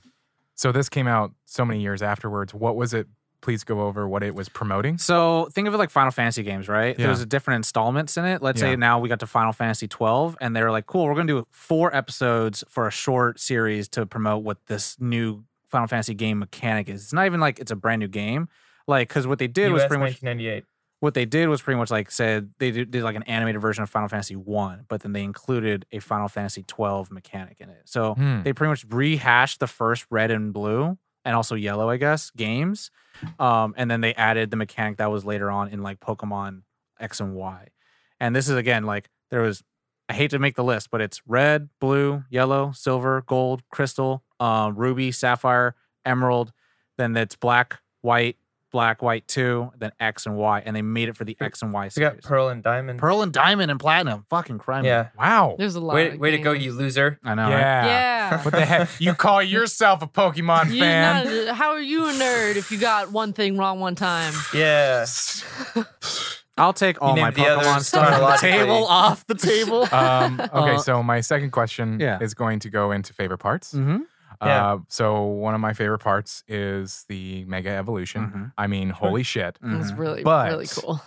Speaker 5: so this came out so many years afterwards. What was it? Please go over what it was promoting.
Speaker 2: so think of it like Final Fantasy games, right?
Speaker 5: Yeah.
Speaker 2: There's different installments in it. Let's
Speaker 5: Yeah.
Speaker 2: say now we got to Final Fantasy 12, and they're like, "Cool, we're gonna do four episodes for a short series to promote what this new Final Fantasy game mechanic is." It's not even like it's a brand new game, like because what they did was
Speaker 1: US
Speaker 2: pretty much
Speaker 1: 1998.
Speaker 2: what they did was pretty much like said they did, did like an animated version of Final Fantasy One, but then they included a Final Fantasy twelve mechanic in it. So
Speaker 5: Hmm.
Speaker 2: they pretty much rehashed the first red and blue and also yellow, I guess, games, um, and then they added the mechanic that was later on in like Pokemon X and Y. And this is again like there was I hate to make the list, but it's red, blue, yellow, silver, gold, crystal, um, ruby, sapphire, emerald. Then it's black, white, black, white two, then X and Y, and they made it for the X and Y
Speaker 1: So you got
Speaker 2: series.
Speaker 1: Pearl and Diamond.
Speaker 6: Pearl and Diamond and Platinum. Fucking crime.
Speaker 1: yeah.
Speaker 5: Wow.
Speaker 4: There's a lot.
Speaker 1: Way,
Speaker 4: of
Speaker 1: way to go,
Speaker 4: games.
Speaker 1: you loser.
Speaker 2: I know. right?
Speaker 5: Yeah.
Speaker 4: Yeah.
Speaker 5: What the heck? You call yourself a Pokemon
Speaker 4: You
Speaker 5: fan?
Speaker 4: not- how are you a nerd if you got one thing wrong one time?
Speaker 1: Yeah.
Speaker 2: I'll take all
Speaker 1: You
Speaker 2: my
Speaker 1: named the
Speaker 2: Pokemon
Speaker 1: others
Speaker 2: stuff off the
Speaker 1: chronologically.
Speaker 2: table, off the table.
Speaker 5: um, okay,
Speaker 2: Uh,
Speaker 5: so my second question
Speaker 2: yeah.
Speaker 5: is going to go into favorite parts.
Speaker 2: Mhm.
Speaker 1: Yeah.
Speaker 5: Uh, so one of my favorite parts is the Mega Evolution.
Speaker 2: Mhm.
Speaker 5: I mean, holy shit!
Speaker 4: It was
Speaker 2: Mhm.
Speaker 4: really
Speaker 5: But-
Speaker 4: really cool.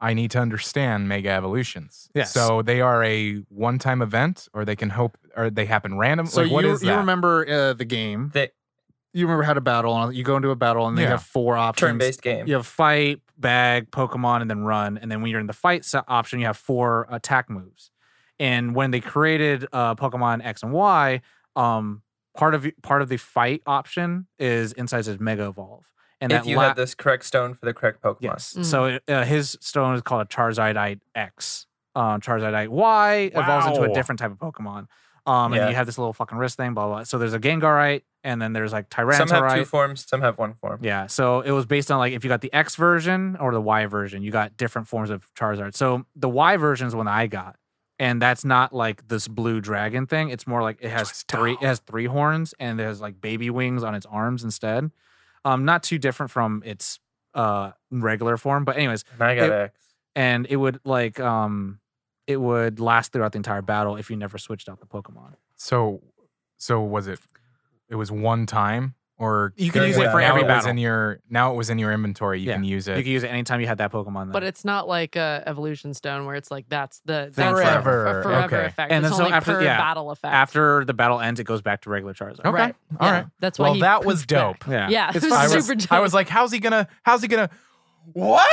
Speaker 5: I need to understand Mega Evolutions.
Speaker 2: Yes.
Speaker 5: So they are a one-time event, or they can hope, or they happen randomly.
Speaker 6: So
Speaker 5: like, what
Speaker 6: you,
Speaker 5: is
Speaker 6: you
Speaker 5: that?
Speaker 6: remember uh, the game.
Speaker 1: The
Speaker 6: You remember how to battle. And you go into a battle and they
Speaker 5: Yeah.
Speaker 6: have four options.
Speaker 1: turn based game.
Speaker 2: You have fight, bag, Pokemon, and then run. And then when you're in the fight se- option, you have four attack moves. And when they created uh, Pokemon X and Y, um, part of part of the fight option is inside says Mega Evolve, and
Speaker 1: if
Speaker 2: that
Speaker 1: you
Speaker 2: la-
Speaker 1: had this correct stone for the correct Pokemon.
Speaker 2: yes.
Speaker 4: Mm.
Speaker 2: So it, uh, his stone is called a Charizardite X. Uh, Charizardite Y evolves into
Speaker 5: Wow.
Speaker 2: a different type of Pokemon. Um,
Speaker 1: Yeah.
Speaker 2: and you have this little fucking wrist thing, blah blah. blah. So there's a Gengarite, and then there's like Tyranitarite.
Speaker 1: Some have two forms, some have one form.
Speaker 2: Yeah. So it was based on like if you got the X version or the Y version, you got different forms of Charizard. So the Y version is one I got. And that's not like this blue dragon thing. It's more like it has three it has three horns and there's like baby wings on its arms instead. Um, not too different from its uh regular form. But anyways,
Speaker 1: And I got
Speaker 2: It-
Speaker 1: X.
Speaker 2: and it would like um it would last throughout the entire battle if you never switched out the Pokemon.
Speaker 5: So, so was it? It was one time, or
Speaker 2: You
Speaker 1: can use it
Speaker 5: now
Speaker 1: for every
Speaker 5: it was
Speaker 2: battle.
Speaker 5: In your now, it was in your inventory. You
Speaker 2: Yeah.
Speaker 5: can use it.
Speaker 2: You could use it anytime you had that Pokemon though.
Speaker 4: But it's not like a evolution stone where it's like that's the
Speaker 2: Thing
Speaker 4: that's the
Speaker 5: forever.
Speaker 4: f- forever
Speaker 5: Okay.
Speaker 4: effect.
Speaker 2: And
Speaker 4: it's
Speaker 2: then so
Speaker 4: only
Speaker 2: after-
Speaker 4: per
Speaker 2: yeah.
Speaker 4: battle effect.
Speaker 2: after the battle ends, it goes back to regular Charizard.
Speaker 5: Okay.
Speaker 4: right.
Speaker 5: All
Speaker 4: yeah.
Speaker 5: right.
Speaker 4: That's why
Speaker 5: well,
Speaker 4: he
Speaker 5: that was
Speaker 4: pooped back.
Speaker 5: dope.
Speaker 2: Yeah.
Speaker 4: Yeah,
Speaker 5: It's
Speaker 4: it was
Speaker 5: fine. I was,
Speaker 4: super dope.
Speaker 5: I was like, how's he gonna? How's he gonna? What?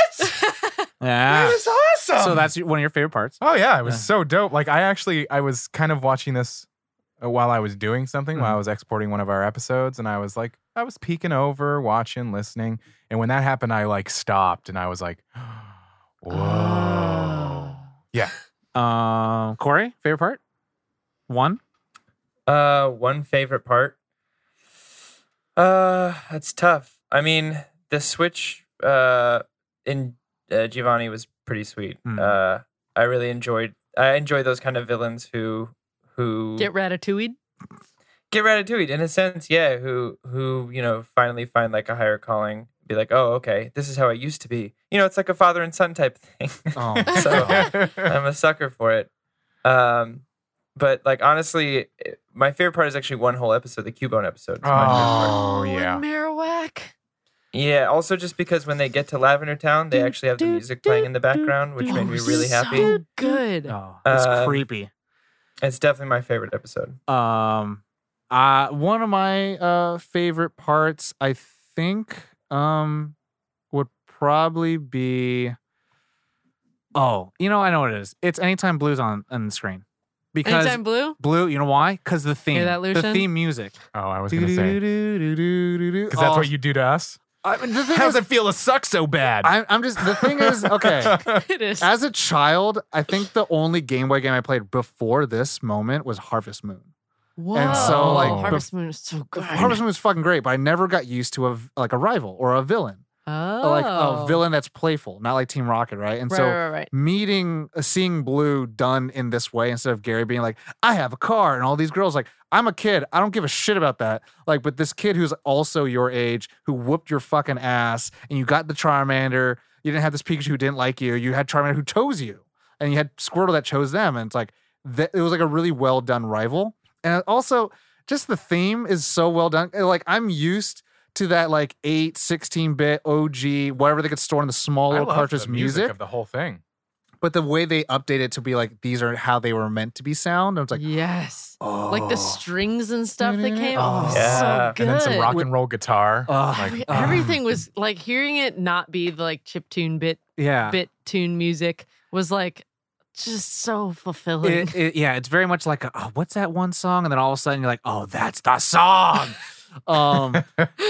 Speaker 2: Yeah.
Speaker 5: That is awesome.
Speaker 2: So that's one of your favorite parts.
Speaker 5: Oh yeah, it was
Speaker 2: Yeah.
Speaker 5: so dope. Like I actually I was kind of watching this uh, while I was doing something, while I was exporting one of our episodes and I was like I was peeking over, watching, listening, and when that happened I like stopped and I was like whoa.
Speaker 2: Um, Corey, favorite part? One.
Speaker 1: Uh, one favorite part. Uh, that's tough. I mean, the Switch uh in uh, Giovanni was pretty sweet.
Speaker 8: Hmm.
Speaker 1: Uh, I really enjoyed. I enjoy those kind of villains who who
Speaker 4: Get ratatouille.
Speaker 1: get ratatouille in a sense, yeah. Who who you know finally find like a higher calling. Be like, oh, okay, this is how I used to be. You know, it's like a father and son type thing.
Speaker 8: Oh,
Speaker 1: so I'm a sucker for it. Um, but like honestly, it- my favorite part is actually one whole episode, the Cubone episode. is my favorite part.
Speaker 5: Oh, yeah.
Speaker 4: and Marowak.
Speaker 1: Yeah, also just because when they get to Lavender Town, they actually have the music playing in the background, which made
Speaker 4: Oh,
Speaker 1: me really happy.
Speaker 4: So good.
Speaker 8: oh, it's
Speaker 1: Um,
Speaker 8: creepy.
Speaker 1: It's definitely my favorite episode.
Speaker 8: Um, uh, one of my uh favorite parts, I think, um, would probably be. Oh, you know, I know what it is. It's anytime blues on on the screen because
Speaker 4: Anytime blue.
Speaker 8: blue. You know why? Because the theme,
Speaker 4: that,
Speaker 8: the
Speaker 4: Lucian?
Speaker 8: theme music.
Speaker 5: Oh, I was going to say.
Speaker 8: Because
Speaker 5: Because that's what you do to us.
Speaker 2: I mean, the thing
Speaker 5: How does
Speaker 2: is,
Speaker 5: it feel to suck so bad?
Speaker 2: I, I'm just the thing is okay.
Speaker 4: it is.
Speaker 2: As a child, I think the only Game Boy game I played before this moment was Harvest Moon.
Speaker 4: Whoa.
Speaker 2: and so,
Speaker 5: like, the-
Speaker 4: Harvest Moon is so good.
Speaker 2: Harvest Moon was fucking great, but I never got used to a v- like a rival or a villain,
Speaker 4: oh.
Speaker 2: like a villain that's playful, not like Team Rocket, right? And
Speaker 4: Right,
Speaker 2: so
Speaker 4: right, right.
Speaker 2: meeting uh, seeing blue done in this way instead of gary being like i have a car and all these girls like i'm a kid i don't give a shit about that like but this kid who's also your age who whooped your fucking ass and you got the charmander you didn't have this pikachu who didn't like you you had charmander who chose you and you had squirtle that chose them and it's like that it was like a really well done rival and also just the theme is so well done And, like i'm used to that like 8 16 bit og whatever they could store in the small little cartridge music
Speaker 5: of the whole thing.
Speaker 2: but the way they update it to be like these are how they were meant to be sound. I was like,
Speaker 4: yes.
Speaker 2: oh,
Speaker 4: Like the strings and stuff that came.
Speaker 2: Oh.
Speaker 4: Oh,
Speaker 1: Yeah.
Speaker 4: so good.
Speaker 5: And then some rock and roll guitar.
Speaker 2: Ugh.
Speaker 4: Every-
Speaker 5: like,
Speaker 4: Everything was like hearing it not be the like chip tune bit
Speaker 8: Yeah.
Speaker 4: bit tune music was like just so fulfilling.
Speaker 8: It, it- yeah, it's very much like, a, oh, what's that one song? And then all of a sudden you're like, oh, that's the song.
Speaker 2: um,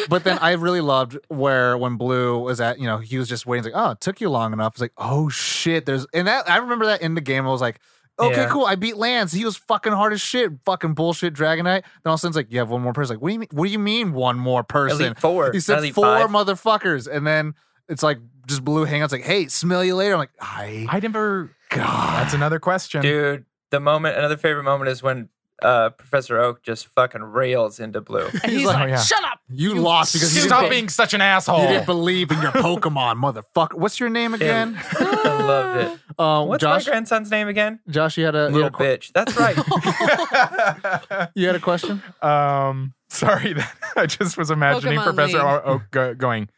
Speaker 2: but then I really loved where when Blue was at, you know, he was just waiting. He's like, oh, it took you long enough. It's like, oh shit, there's and that I remember that in the game. I was like, okay,
Speaker 1: Yeah.
Speaker 2: cool, I beat Lance. He was fucking hard as shit, fucking bullshit Dragonite. Then all of a sudden it's like, you have one more person. Like, what do you mean? What do you mean one more person?
Speaker 1: Elite four.
Speaker 2: He
Speaker 1: not
Speaker 2: said
Speaker 1: Elite
Speaker 2: four
Speaker 1: five.
Speaker 2: motherfuckers, and then it's like just Blue hangouts. Like, hey, smell you later. I'm like, I
Speaker 5: I never.
Speaker 2: God.
Speaker 5: That's another question.
Speaker 1: Dude, the moment. Another favorite moment is when uh, Professor Oak just fucking rails into Blue.
Speaker 4: and he's,
Speaker 2: like,
Speaker 4: like,
Speaker 5: oh, yeah.
Speaker 4: shut up.
Speaker 2: You, lost because you
Speaker 5: Stop
Speaker 2: didn't,
Speaker 5: being such an asshole.
Speaker 2: you didn't believe in your Pokemon, motherfucker. What's your name
Speaker 1: Yeah.
Speaker 2: again?
Speaker 1: I loved it.
Speaker 2: Uh,
Speaker 1: What's
Speaker 2: Josh.
Speaker 1: my grandson's name again?
Speaker 2: Josh, you had a you
Speaker 1: Little
Speaker 2: had a, que-
Speaker 1: bitch. That's right.
Speaker 2: you had a question.
Speaker 5: um, sorry, that, I just was imagining
Speaker 4: Pokemon
Speaker 5: Professor
Speaker 4: League.
Speaker 5: Oak go- going,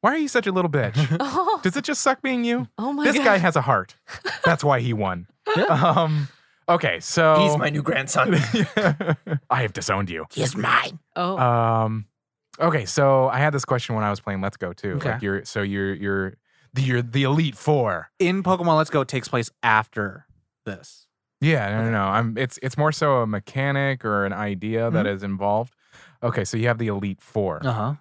Speaker 5: "Why are you such a little bitch?
Speaker 4: Oh,
Speaker 5: Does it just suck being you?
Speaker 4: oh my
Speaker 5: this
Speaker 4: god.
Speaker 5: guy has a heart. That's why he won." Um, okay, so
Speaker 1: He's my new grandson.
Speaker 5: I have disowned you.
Speaker 2: He's mine.
Speaker 4: oh,
Speaker 5: Um, okay, so I had this question when I was playing Let's Go too.
Speaker 8: Okay.
Speaker 5: Like you're, so you're, you're, the, you're the elite four.
Speaker 8: In Pokemon Let's Go takes place after this.
Speaker 5: Yeah, no, no, no. I'm. It's it's more so a mechanic or an idea that is involved. Okay, so you have the elite four,
Speaker 2: Oh. Uh-huh,
Speaker 8: Uh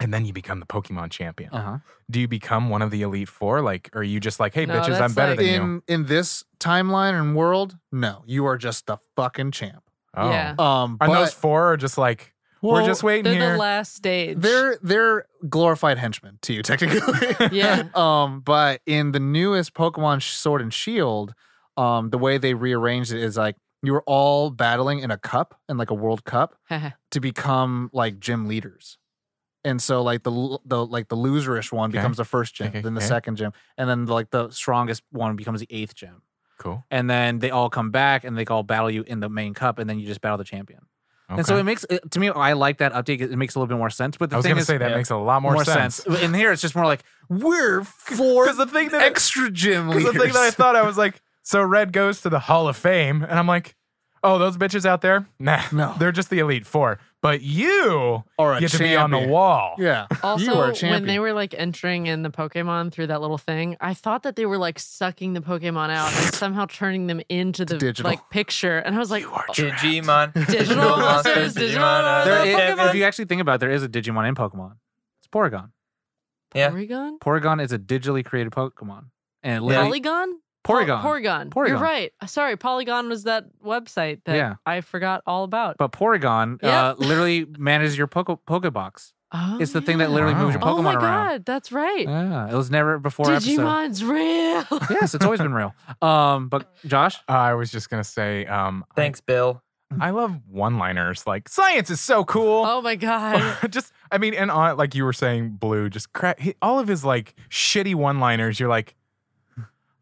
Speaker 5: and then you become the Pokemon champion.
Speaker 8: huh.
Speaker 5: Do you become one of the elite four? Like, or are you just like, hey,
Speaker 4: No,
Speaker 5: bitches, I'm
Speaker 4: that's
Speaker 5: better
Speaker 4: like-
Speaker 5: than you?
Speaker 2: In in this timeline and world, no, you are just the fucking champ.
Speaker 5: Oh,
Speaker 4: Yeah.
Speaker 2: Um,
Speaker 5: are
Speaker 2: but,
Speaker 5: those four are just like we're
Speaker 2: well,
Speaker 5: just waiting
Speaker 4: they're
Speaker 5: here?
Speaker 4: the last stage.
Speaker 2: They're they're glorified henchmen to you technically.
Speaker 4: Yeah.
Speaker 2: um, but in the newest Pokemon Sh- Sword and Shield, um, the way they rearranged it is like you were all battling in a cup in like a World Cup, to become like gym leaders. And so like the l- the like the loserish one
Speaker 5: Okay.
Speaker 2: becomes the first gym,
Speaker 5: Okay,
Speaker 2: then the
Speaker 5: okay.
Speaker 2: second gym, and then like the
Speaker 8: Strongest one becomes the eighth gym.
Speaker 5: cool.
Speaker 8: And then they all come back and they all battle you in the main cup and then you just battle the champion.
Speaker 5: Okay.
Speaker 8: And so it makes, it, to me, I like that update. It makes a little bit more sense. But the
Speaker 5: I was
Speaker 8: thing
Speaker 5: gonna
Speaker 8: is,
Speaker 5: say that
Speaker 1: yeah.
Speaker 5: makes a lot more, sense.
Speaker 8: In here, it's just more like, we're four
Speaker 5: Because the thing that
Speaker 2: extra gym
Speaker 5: Because
Speaker 2: leaders.
Speaker 5: the thing that I thought I was like, so Red goes to the Hall of Fame, and I'm like, oh, those bitches out there, nah,
Speaker 2: No.
Speaker 5: they're just the elite four. But you
Speaker 2: Or a
Speaker 5: get to be on the
Speaker 2: champion.
Speaker 5: wall.
Speaker 2: yeah, you are a
Speaker 4: also, when
Speaker 2: champion.
Speaker 4: they were like entering in the Pokemon through that little thing, I thought that they were like sucking the Pokemon out and somehow turning them into the
Speaker 2: digital.
Speaker 4: like picture, and I was like, oh,
Speaker 1: Digimon.
Speaker 4: Digital monsters, digital
Speaker 1: Digimon.
Speaker 4: monsters,
Speaker 8: There
Speaker 1: Other
Speaker 8: is,
Speaker 4: Pokemon.
Speaker 1: Pokemon.
Speaker 8: if you actually think about it, there is a Digimon in Pokemon. It's Porygon.
Speaker 1: Yeah.
Speaker 4: Porygon,
Speaker 8: Porygon is a digitally created Pokemon. And it literally,
Speaker 4: Polygon,
Speaker 8: Porygon.
Speaker 4: Po- Porygon. You're
Speaker 8: Porygon.
Speaker 4: right. Sorry, Polygon was that website that
Speaker 8: Yeah.
Speaker 4: I forgot all about.
Speaker 8: But Porygon
Speaker 4: Yeah.
Speaker 8: uh, literally manages your poke- Pokebox.
Speaker 4: Oh,
Speaker 2: It's the thing that literally moves your
Speaker 5: Wow.
Speaker 2: Pokemon
Speaker 4: oh my
Speaker 2: around.
Speaker 4: god, that's right.
Speaker 2: Yeah, it was never before episode.
Speaker 4: Digimon's real.
Speaker 2: yes, it's always been real. Um, but Josh,
Speaker 5: Uh, I was just gonna say, um, I-
Speaker 1: Thanks, Bill.
Speaker 5: I, love one-liners. Like science is so cool.
Speaker 4: Oh my god.
Speaker 5: just, I mean, and on, like you were saying, Blue, just crack he- all of his like shitty one-liners. You're like,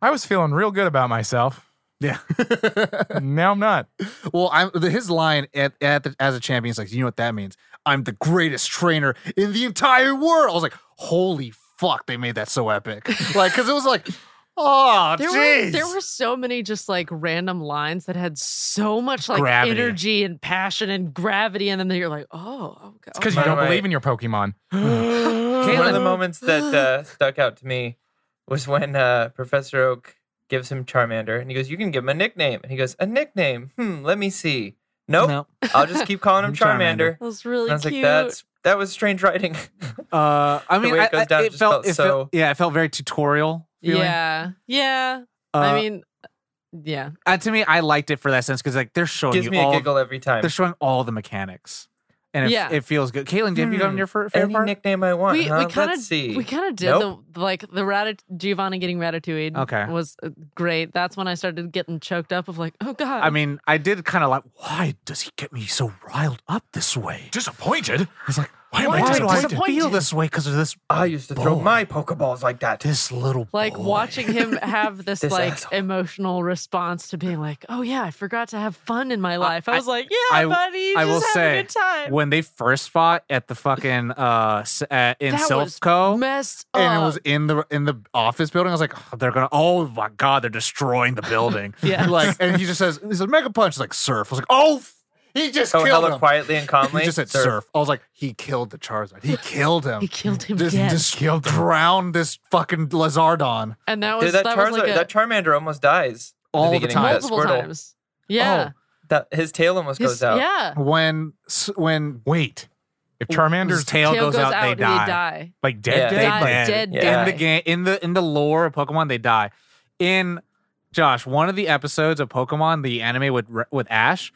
Speaker 5: I was feeling real good about myself.
Speaker 6: Yeah.
Speaker 5: now I'm not.
Speaker 6: well, I'm, the- his line at, at the, as a champion is like, you know what that means? I'm the greatest trainer in the entire world. I was like, holy fuck, they made that so epic. Like, because it was like, oh,
Speaker 4: There were,
Speaker 6: jeez.
Speaker 4: there were so many just like random lines that had so much like
Speaker 2: Gravity.
Speaker 4: energy and passion and gravity, and then you're like, oh, oh, God.
Speaker 5: Because
Speaker 1: By
Speaker 5: you
Speaker 1: the
Speaker 5: don't
Speaker 1: way-
Speaker 5: believe in your Pokemon.
Speaker 1: One of the
Speaker 2: Caitlin,
Speaker 1: moments that uh, stuck out to me was when uh, Professor Oak gives him Charmander, and he goes, "You can give him a nickname." And he goes, "A nickname? Hmm. Let me see. Nope.
Speaker 2: no.
Speaker 1: I'll just keep calling him Charmander."
Speaker 4: that was really
Speaker 1: And I was
Speaker 4: cute.
Speaker 1: like, "That's that was strange writing."
Speaker 2: Uh, I mean,
Speaker 1: way it
Speaker 2: I-
Speaker 1: goes
Speaker 2: I-
Speaker 1: down
Speaker 2: it
Speaker 1: just
Speaker 2: felt,
Speaker 1: felt
Speaker 2: it felt-
Speaker 1: so-
Speaker 2: yeah, it felt very tutorial. Feeling.
Speaker 4: yeah, yeah.
Speaker 2: Uh,
Speaker 4: I mean, yeah.
Speaker 2: uh, to me, I liked it for that sense because like they're showing
Speaker 1: Gives
Speaker 2: Oh, you
Speaker 1: me
Speaker 2: all
Speaker 1: a giggle every time.
Speaker 2: they're showing all the mechanics, and it,
Speaker 4: Yeah.
Speaker 2: it feels good. Caitlin, have you gotten
Speaker 1: Hmm.
Speaker 2: your fir- favorite
Speaker 1: Any
Speaker 2: part?
Speaker 1: nickname I want.
Speaker 4: we
Speaker 1: uh, huh?
Speaker 4: we kind
Speaker 1: Let's
Speaker 4: of
Speaker 1: see.
Speaker 4: we kind of did
Speaker 1: Nope.
Speaker 4: the like the ratat Giovanni getting ratatouille.
Speaker 2: Okay.
Speaker 4: was uh, great. That's when I started getting choked up of like, oh god.
Speaker 2: I mean, I did kind of like, why does he get me so riled up this way?
Speaker 5: Disappointed.
Speaker 2: It's like,
Speaker 5: Why am I
Speaker 2: why do I
Speaker 5: disappointed?
Speaker 2: feel this way because of this
Speaker 1: I used to throw
Speaker 2: Boy.
Speaker 1: my Pokeballs like that.
Speaker 2: this little
Speaker 4: like
Speaker 2: boy.
Speaker 4: watching him have this,
Speaker 1: This
Speaker 4: like
Speaker 1: asshole.
Speaker 4: emotional response to being like, "Oh yeah, I forgot to have fun in my life." I,
Speaker 2: I-
Speaker 4: was like, "Yeah,
Speaker 2: I- I
Speaker 4: buddy, just
Speaker 2: will
Speaker 4: have
Speaker 2: say,
Speaker 4: a good time."
Speaker 2: when they first fought at the fucking uh s- uh, in
Speaker 4: That was
Speaker 2: Selfco.
Speaker 4: messed up.
Speaker 6: and it was in the in the office building. I was like, oh,
Speaker 2: they're gonna. Oh my god! They're destroying the building.
Speaker 4: yeah.
Speaker 6: like, and he just says, "He said mega punch." He's like, "Surf." I was like, "Oh, f- he just
Speaker 1: Oh,
Speaker 6: killed
Speaker 1: hella
Speaker 6: him."
Speaker 1: quietly and calmly.
Speaker 6: He just said,
Speaker 1: Surf.
Speaker 6: surf. I was like, "He killed the Charizard. He killed him.
Speaker 4: he killed him
Speaker 6: just,
Speaker 4: dead,
Speaker 6: just killed drowned this fucking Lazardon."
Speaker 4: and that was
Speaker 1: Dude, that,
Speaker 4: that
Speaker 1: Charizard,
Speaker 4: was like a
Speaker 1: that Charmander almost dies at
Speaker 6: All the
Speaker 1: beginning of
Speaker 6: time.
Speaker 1: that
Speaker 4: multiple
Speaker 1: Squirtle.
Speaker 4: times. Yeah,
Speaker 1: That his tail almost
Speaker 4: His-
Speaker 1: goes out.
Speaker 4: yeah.
Speaker 6: When s- when
Speaker 5: Wait. If Charmander's
Speaker 2: His tail, goes, out, they,
Speaker 4: and
Speaker 2: die.
Speaker 4: They die.
Speaker 5: like
Speaker 1: Yeah.
Speaker 5: dead,
Speaker 1: They
Speaker 4: die,
Speaker 2: dead.
Speaker 4: dead,
Speaker 1: Yeah.
Speaker 4: die.
Speaker 2: in the game in the in the lore of Pokemon they die. In Josh, one of the episodes of Pokemon, the anime with Re- with Ash,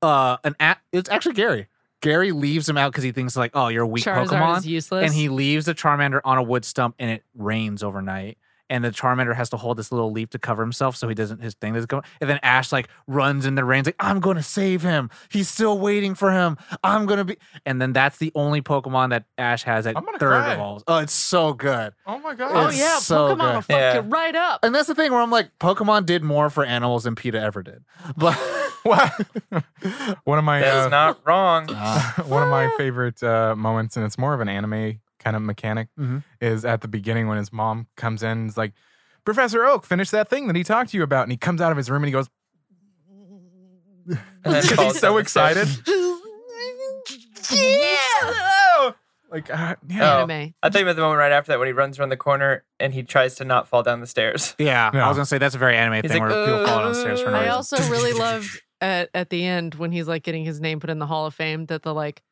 Speaker 2: uh, an a- it's actually Gary. Gary leaves him out because he thinks like, oh, you're a weak
Speaker 4: Charizard
Speaker 2: Pokemon,
Speaker 4: is useless.
Speaker 2: and he leaves the Charmander on a wood stump, and it rains overnight. And the Charmander has to hold this little leaf to cover himself so he doesn't his thing doesn't go. And then Ash like runs in the rains like I'm gonna save him. He's still waiting for him. I'm gonna be. And then that's the only Pokemon that Ash has at
Speaker 5: I'm gonna
Speaker 2: third
Speaker 5: cry.
Speaker 2: of all.
Speaker 6: oh, it's so good.
Speaker 5: Oh my
Speaker 4: oh
Speaker 5: god.
Speaker 6: is
Speaker 4: yeah,
Speaker 6: so
Speaker 4: Pokemon will
Speaker 6: good.
Speaker 4: fuck you
Speaker 1: Yeah.
Speaker 4: right up.
Speaker 6: And that's the thing where I'm like, Pokemon did more for animals than PETA ever did. But
Speaker 5: What? one of my
Speaker 1: That's
Speaker 5: uh,
Speaker 1: not wrong.
Speaker 2: Uh,
Speaker 5: one of my favorite uh, moments, and it's more of an anime kind of mechanic,
Speaker 2: Mhm.
Speaker 5: is at the beginning when his mom comes in. And is like, Professor Oak, finish that thing that he talked to you about, and he comes out of his room and he goes,
Speaker 1: And then
Speaker 5: "He's
Speaker 1: falls down
Speaker 5: so
Speaker 1: the stairs.
Speaker 5: excited." Yeah! Like, uh, yeah.
Speaker 1: Oh.
Speaker 4: Anime.
Speaker 1: I thought you meant the moment right after that when he runs around the corner and he tries to not fall down the stairs.
Speaker 2: Yeah,
Speaker 5: Yeah.
Speaker 2: I was gonna say that's a very anime
Speaker 1: He's
Speaker 2: thing
Speaker 1: like,
Speaker 2: where people fall downstairs for no
Speaker 1: "Uh,
Speaker 4: I
Speaker 2: reason.
Speaker 4: also really loved at, at the end when he's like getting his name put in the Hall of Fame that the like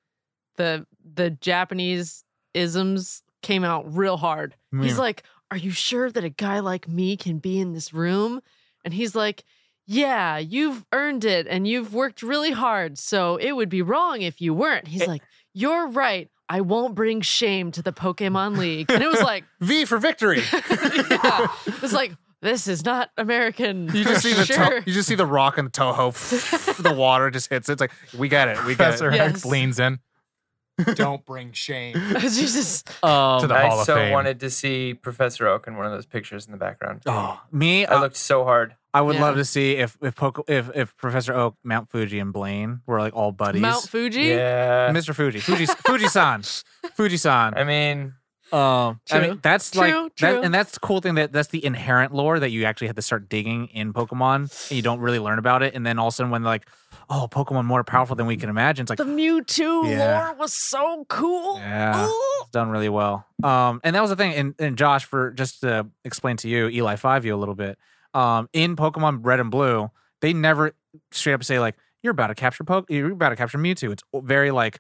Speaker 4: the the Japanese isms came out real hard.
Speaker 6: Mm.
Speaker 4: He's like, "Are you sure that a guy like me can be in this room?" And he's like, "Yeah, you've earned it and you've worked really hard, so it would be wrong if you weren't."
Speaker 6: Eh.
Speaker 4: He's like, "You're right. I won't bring shame to the Pokemon League." And it was like,
Speaker 6: V for victory.
Speaker 4: yeah. It was like, "This is not American."
Speaker 6: You just see the
Speaker 4: sure.
Speaker 6: to- you just see the rock and the Toho. the water just hits it. It's like we got it. We got
Speaker 5: Professor
Speaker 6: it.
Speaker 4: Yes.
Speaker 5: X leans in. Don't bring shame.
Speaker 4: Jesus.
Speaker 6: Um,
Speaker 5: to the
Speaker 1: I
Speaker 5: Hall of
Speaker 1: so
Speaker 5: Fame.
Speaker 1: wanted to see Professor Oak in one of those pictures in the background.
Speaker 2: Oh, me,
Speaker 1: I
Speaker 2: uh,
Speaker 1: looked so hard.
Speaker 2: I would
Speaker 4: Yeah.
Speaker 2: love to see if if, Poco, if if Professor Oak, Mount Fuji, and Blaine were like all buddies.
Speaker 4: Mount Fuji.
Speaker 1: Yeah.
Speaker 2: Mr. Fuji, Fuji, Fuji-san, Fuji-san.
Speaker 1: I mean,
Speaker 2: Um, I
Speaker 4: True.
Speaker 2: mean, that's like,
Speaker 4: True,
Speaker 2: that-
Speaker 4: true.
Speaker 2: and that's the cool thing that that's the inherent lore that you actually have to start digging in Pokemon, and you don't really learn about it. And then all of a sudden, when like, oh, Pokemon more powerful than we can imagine, it's like,
Speaker 4: The Mewtwo
Speaker 2: Yeah.
Speaker 4: lore was so cool.
Speaker 2: yeah.
Speaker 4: Ooh.
Speaker 2: It's done really well. Um, and that was the thing. And, and Josh, for just to explain to you, Eli Five you a little bit. Um, in Pokemon Red and Blue, they never straight up say like you're about to capture Poke, you're about to capture Mewtwo. It's very like,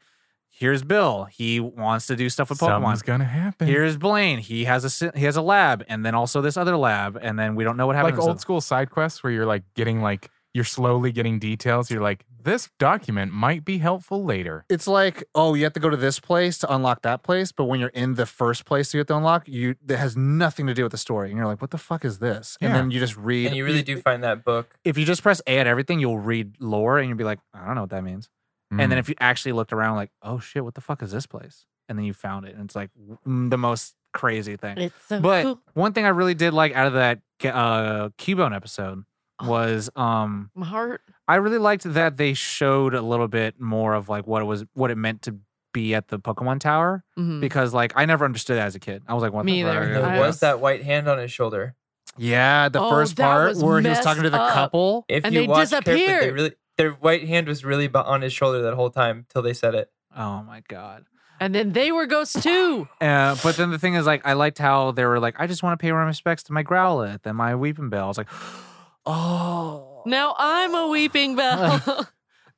Speaker 2: here's Bill, he wants to do stuff with Pokemon.
Speaker 5: Something's gonna happen.
Speaker 2: Here's Blaine, he has a si- he has a lab, and then also this other lab, and then we don't know what happens.
Speaker 5: like old school side quests where you're like getting like you're slowly getting details. You're like This document might be helpful later.
Speaker 6: It's like, oh, you have to go to this place to unlock that place, but when you're in the first place you have to unlock, you that has nothing to do with the story, and you're like, what the fuck is this? And
Speaker 5: Yeah.
Speaker 6: then you just read.
Speaker 1: And you really do find that book.
Speaker 2: If you just press A at everything, you'll read lore and you'll be like, I don't know what that means. And then if you actually looked around, like, oh shit, what the fuck is this place? And then you found it, and it's like mm, the most crazy thing.
Speaker 4: It's so
Speaker 2: but
Speaker 4: Oh, cool.
Speaker 2: one thing I really did like out of that uh Cubone episode
Speaker 4: Oh.
Speaker 2: was um
Speaker 4: My heart.
Speaker 2: I really liked that they showed a little bit more of like what it was what it meant to be at the Pokemon Tower
Speaker 4: Mhm.
Speaker 2: because like I never understood that as a kid. I was like, what
Speaker 4: Me
Speaker 2: the
Speaker 4: either.
Speaker 2: fuck?
Speaker 1: There
Speaker 4: I-
Speaker 1: was that white hand on his shoulder.
Speaker 6: yeah, the
Speaker 4: Oh,
Speaker 6: first
Speaker 4: that
Speaker 6: part
Speaker 4: was
Speaker 6: where he was
Speaker 4: messed
Speaker 6: talking to the
Speaker 4: up.
Speaker 6: couple.
Speaker 1: If
Speaker 4: And
Speaker 1: you
Speaker 4: they
Speaker 1: watch carefully, they
Speaker 4: disappeared.
Speaker 1: really their white hand was really bu- on his shoulder that whole time till they said it.
Speaker 2: Oh my god.
Speaker 4: And then they were ghosts too.
Speaker 2: Uh, but then the thing is, like, I liked how they were like, I just want to pay my respects to my Growlithe and my Weeping Bell. I was like, oh.
Speaker 4: Now I'm a weeping bell.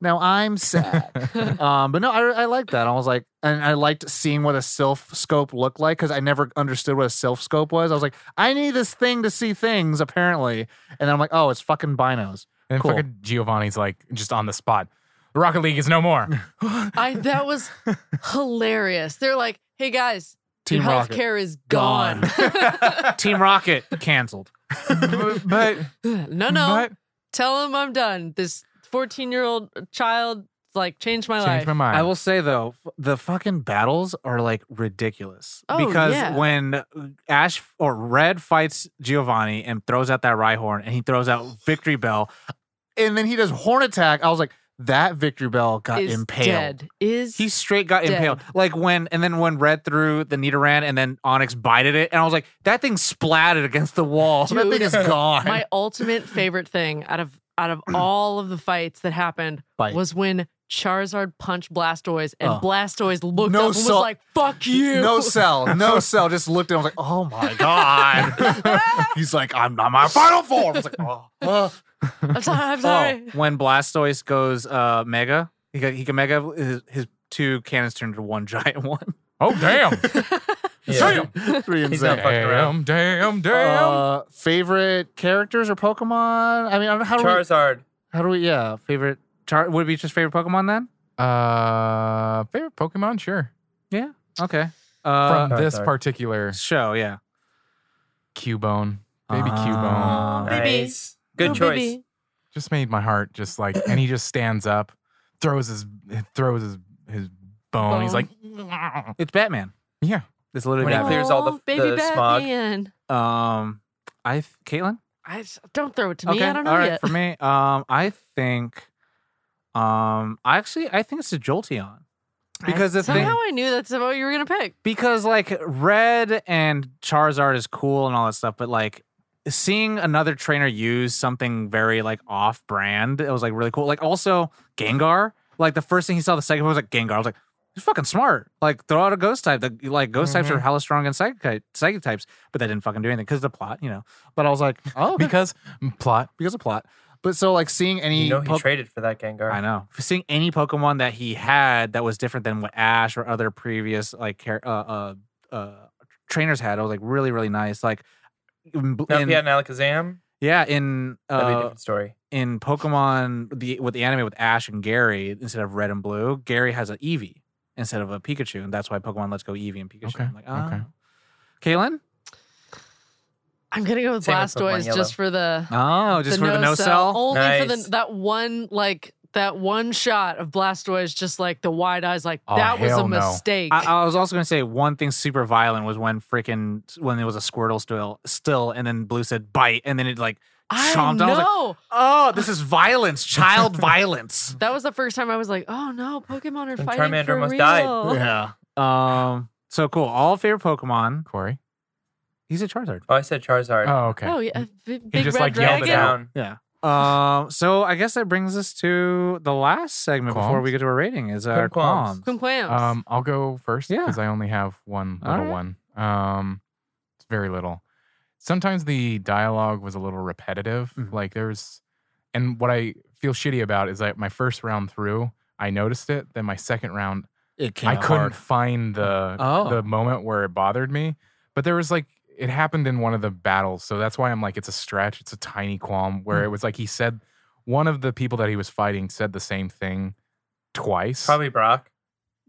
Speaker 6: Now I'm sad. um, but no, I, I liked that. I was like, and I liked seeing what a self scope looked like because I never understood what a self scope was. I was like, I need this thing to see things apparently, and then I'm like, oh, it's fucking binos.
Speaker 5: And
Speaker 6: Cool.
Speaker 5: fucking Giovanni's like just on the spot. The Rocket League is no more.
Speaker 4: I that was hilarious. They're like, hey guys,
Speaker 6: Team
Speaker 4: your
Speaker 6: Rocket.
Speaker 4: healthcare is gone.
Speaker 2: Team Rocket canceled.
Speaker 5: but but,
Speaker 4: no, no.
Speaker 5: but
Speaker 4: Tell him I'm done. This 14 year old child like changed my life.
Speaker 5: change my mind.
Speaker 2: I will say though, f- the fucking battles are like ridiculous
Speaker 4: Oh,
Speaker 2: because
Speaker 4: yeah.
Speaker 2: when Ash or Red fights Giovanni and throws out that Rhyhorn and he throws out Victory Bell,
Speaker 6: And then he does horn attack. I was like, that victory bell got
Speaker 4: is
Speaker 6: impaled.
Speaker 4: dead. Is
Speaker 2: he straight got
Speaker 4: Dead.
Speaker 2: impaled. Like when and then when Red threw the Nidoran and then Onyx bited it, and I was like, that thing splatted against the wall.
Speaker 6: So that
Speaker 4: Dude.
Speaker 6: thing is gone.
Speaker 4: my ultimate favorite thing out of out of all of the fights that happened
Speaker 6: Bite.
Speaker 4: was when Charizard punched Blastoise and
Speaker 6: Oh.
Speaker 4: Blastoise looked
Speaker 6: No
Speaker 4: up and was
Speaker 6: salt.
Speaker 4: like, "Fuck you."
Speaker 6: No cell, no cell. Just looked at him. I was like, oh my God. He's like, I'm not my final form. I was like, oh, oh.
Speaker 4: I'm sorry. I'm
Speaker 2: Oh,
Speaker 4: sorry.
Speaker 2: when Blastoise goes uh mega, he got he can mega his, his two cannons turn into one giant one.
Speaker 5: oh damn!
Speaker 1: Yeah.
Speaker 6: three and
Speaker 1: He's not
Speaker 6: zero.
Speaker 1: fucking around.
Speaker 5: damn! Damn! Damn!
Speaker 6: Uh, favorite characters or Pokemon? I mean, I don't know how do we,
Speaker 1: Charizard.
Speaker 6: how do we? Yeah,
Speaker 2: Favorite chart would it be just favorite Pokemon then?
Speaker 5: Uh, favorite Pokemon, sure.
Speaker 2: Okay.
Speaker 5: From
Speaker 2: Uh
Speaker 1: sorry,
Speaker 5: this
Speaker 1: sorry.
Speaker 5: particular
Speaker 2: show, yeah.
Speaker 5: Cubone, baby
Speaker 2: Ah.
Speaker 5: Cubone,
Speaker 4: Baby.
Speaker 1: Nice. Good
Speaker 4: Oh,
Speaker 1: choice.
Speaker 4: baby.
Speaker 5: just made my heart just like, and he just stands up, throws his throws his his bone. He's like,
Speaker 4: Bone.
Speaker 2: It's Batman.
Speaker 5: yeah,
Speaker 2: It's literally
Speaker 1: When he
Speaker 2: Batman.
Speaker 1: clears all the-
Speaker 4: Aw, baby
Speaker 1: the smog.
Speaker 4: Batman.
Speaker 2: um I th- Caitlin?
Speaker 4: I s- don't throw it to me. I don't know
Speaker 2: all right,
Speaker 4: yet.
Speaker 2: for me. Um I think um I actually I think it's a Jolteon. Because the thing
Speaker 4: somehow I knew that's what you were gonna pick.
Speaker 2: because like red and charizard is cool and all that stuff but like seeing another trainer use something very like off brand it was like really cool like also gengar like the first thing he saw the second one was like gengar i was like he's fucking smart like throw out a ghost type the, like ghost types
Speaker 1: Mm-hmm.
Speaker 2: are hella strong and psychic, psychic types but that didn't fucking do anything because the plot you know but i was like oh okay,
Speaker 5: because plot.
Speaker 6: because of plot. But so like seeing any
Speaker 1: You know he
Speaker 6: po-
Speaker 1: traded for that Gengar.
Speaker 2: I know. Seeing any Pokemon that he had that was different than what Ash or other previous like char- uh, uh, uh, trainers had, I was like really really nice. Like, in,
Speaker 1: Now, if
Speaker 2: in-
Speaker 1: he had an Alakazam,
Speaker 2: yeah, in
Speaker 1: that'd be a
Speaker 2: uh,
Speaker 1: different story.
Speaker 2: in Pokemon the with the anime with Ash and Gary instead of Red and Blue, Gary has an Eevee instead of a Pikachu, and that's why Pokemon Let's Go Eevee and Pikachu.
Speaker 5: Okay,
Speaker 2: I'm like, oh.
Speaker 5: okay.
Speaker 2: Kaylin?
Speaker 4: I'm gonna go with
Speaker 1: Same with Pokemon
Speaker 4: Blastoise
Speaker 1: Yellow.
Speaker 4: just for the
Speaker 2: Oh, just
Speaker 4: the
Speaker 2: for the no cell.
Speaker 4: only for
Speaker 1: Nice.
Speaker 4: the that one like that one shot of Blastoise, just like the wide eyes, like
Speaker 5: Oh,
Speaker 4: that was
Speaker 5: hell
Speaker 4: a
Speaker 5: no.
Speaker 4: mistake.
Speaker 2: I, I was also going to say one thing super violent was when freaking when there was a Squirtle still, still, and then Blue said bite, and then it like
Speaker 4: I
Speaker 2: chomped. I was like,
Speaker 4: know.
Speaker 2: oh, this is violence, child violence.
Speaker 4: that was the first time I was like, oh no, Pokemon are
Speaker 1: And
Speaker 4: fighting
Speaker 1: Charmander
Speaker 4: for
Speaker 1: almost
Speaker 4: real.
Speaker 1: died.
Speaker 2: Yeah. Um. So cool. All favorite Pokemon.
Speaker 5: Corey.
Speaker 2: He's a Charizard.
Speaker 1: Oh, I said Charizard.
Speaker 5: Oh, okay.
Speaker 4: Oh yeah, b- big
Speaker 5: just,
Speaker 4: red
Speaker 5: like, yelled
Speaker 1: Yelled
Speaker 5: it
Speaker 1: it
Speaker 4: dragon.
Speaker 1: down.
Speaker 2: Yeah. Um. So I guess that brings us to the last segment before
Speaker 5: Qualms?
Speaker 2: we get to a rating. Is our
Speaker 1: Qualms.
Speaker 2: qualms.
Speaker 4: Kumquams.
Speaker 5: Um, I'll go first
Speaker 2: Yeah.
Speaker 5: because I only have one
Speaker 2: All
Speaker 5: little
Speaker 2: right.
Speaker 5: one. Um, it's very little. Sometimes the dialogue was a little repetitive.
Speaker 2: Mhm.
Speaker 5: Like there's, and what I feel shitty about is that my first round through, I noticed it. Then my second round,
Speaker 6: it came
Speaker 5: I
Speaker 6: out
Speaker 5: couldn't
Speaker 6: hard.
Speaker 5: find the
Speaker 2: Oh.
Speaker 5: the moment where it bothered me. But there was like it
Speaker 2: Mm.
Speaker 5: happened in one of the battles, so that's why I'm like it's a stretch. It's a tiny qualm where it was like he said one of the people that he was fighting said the same thing twice.
Speaker 1: Probably Brock.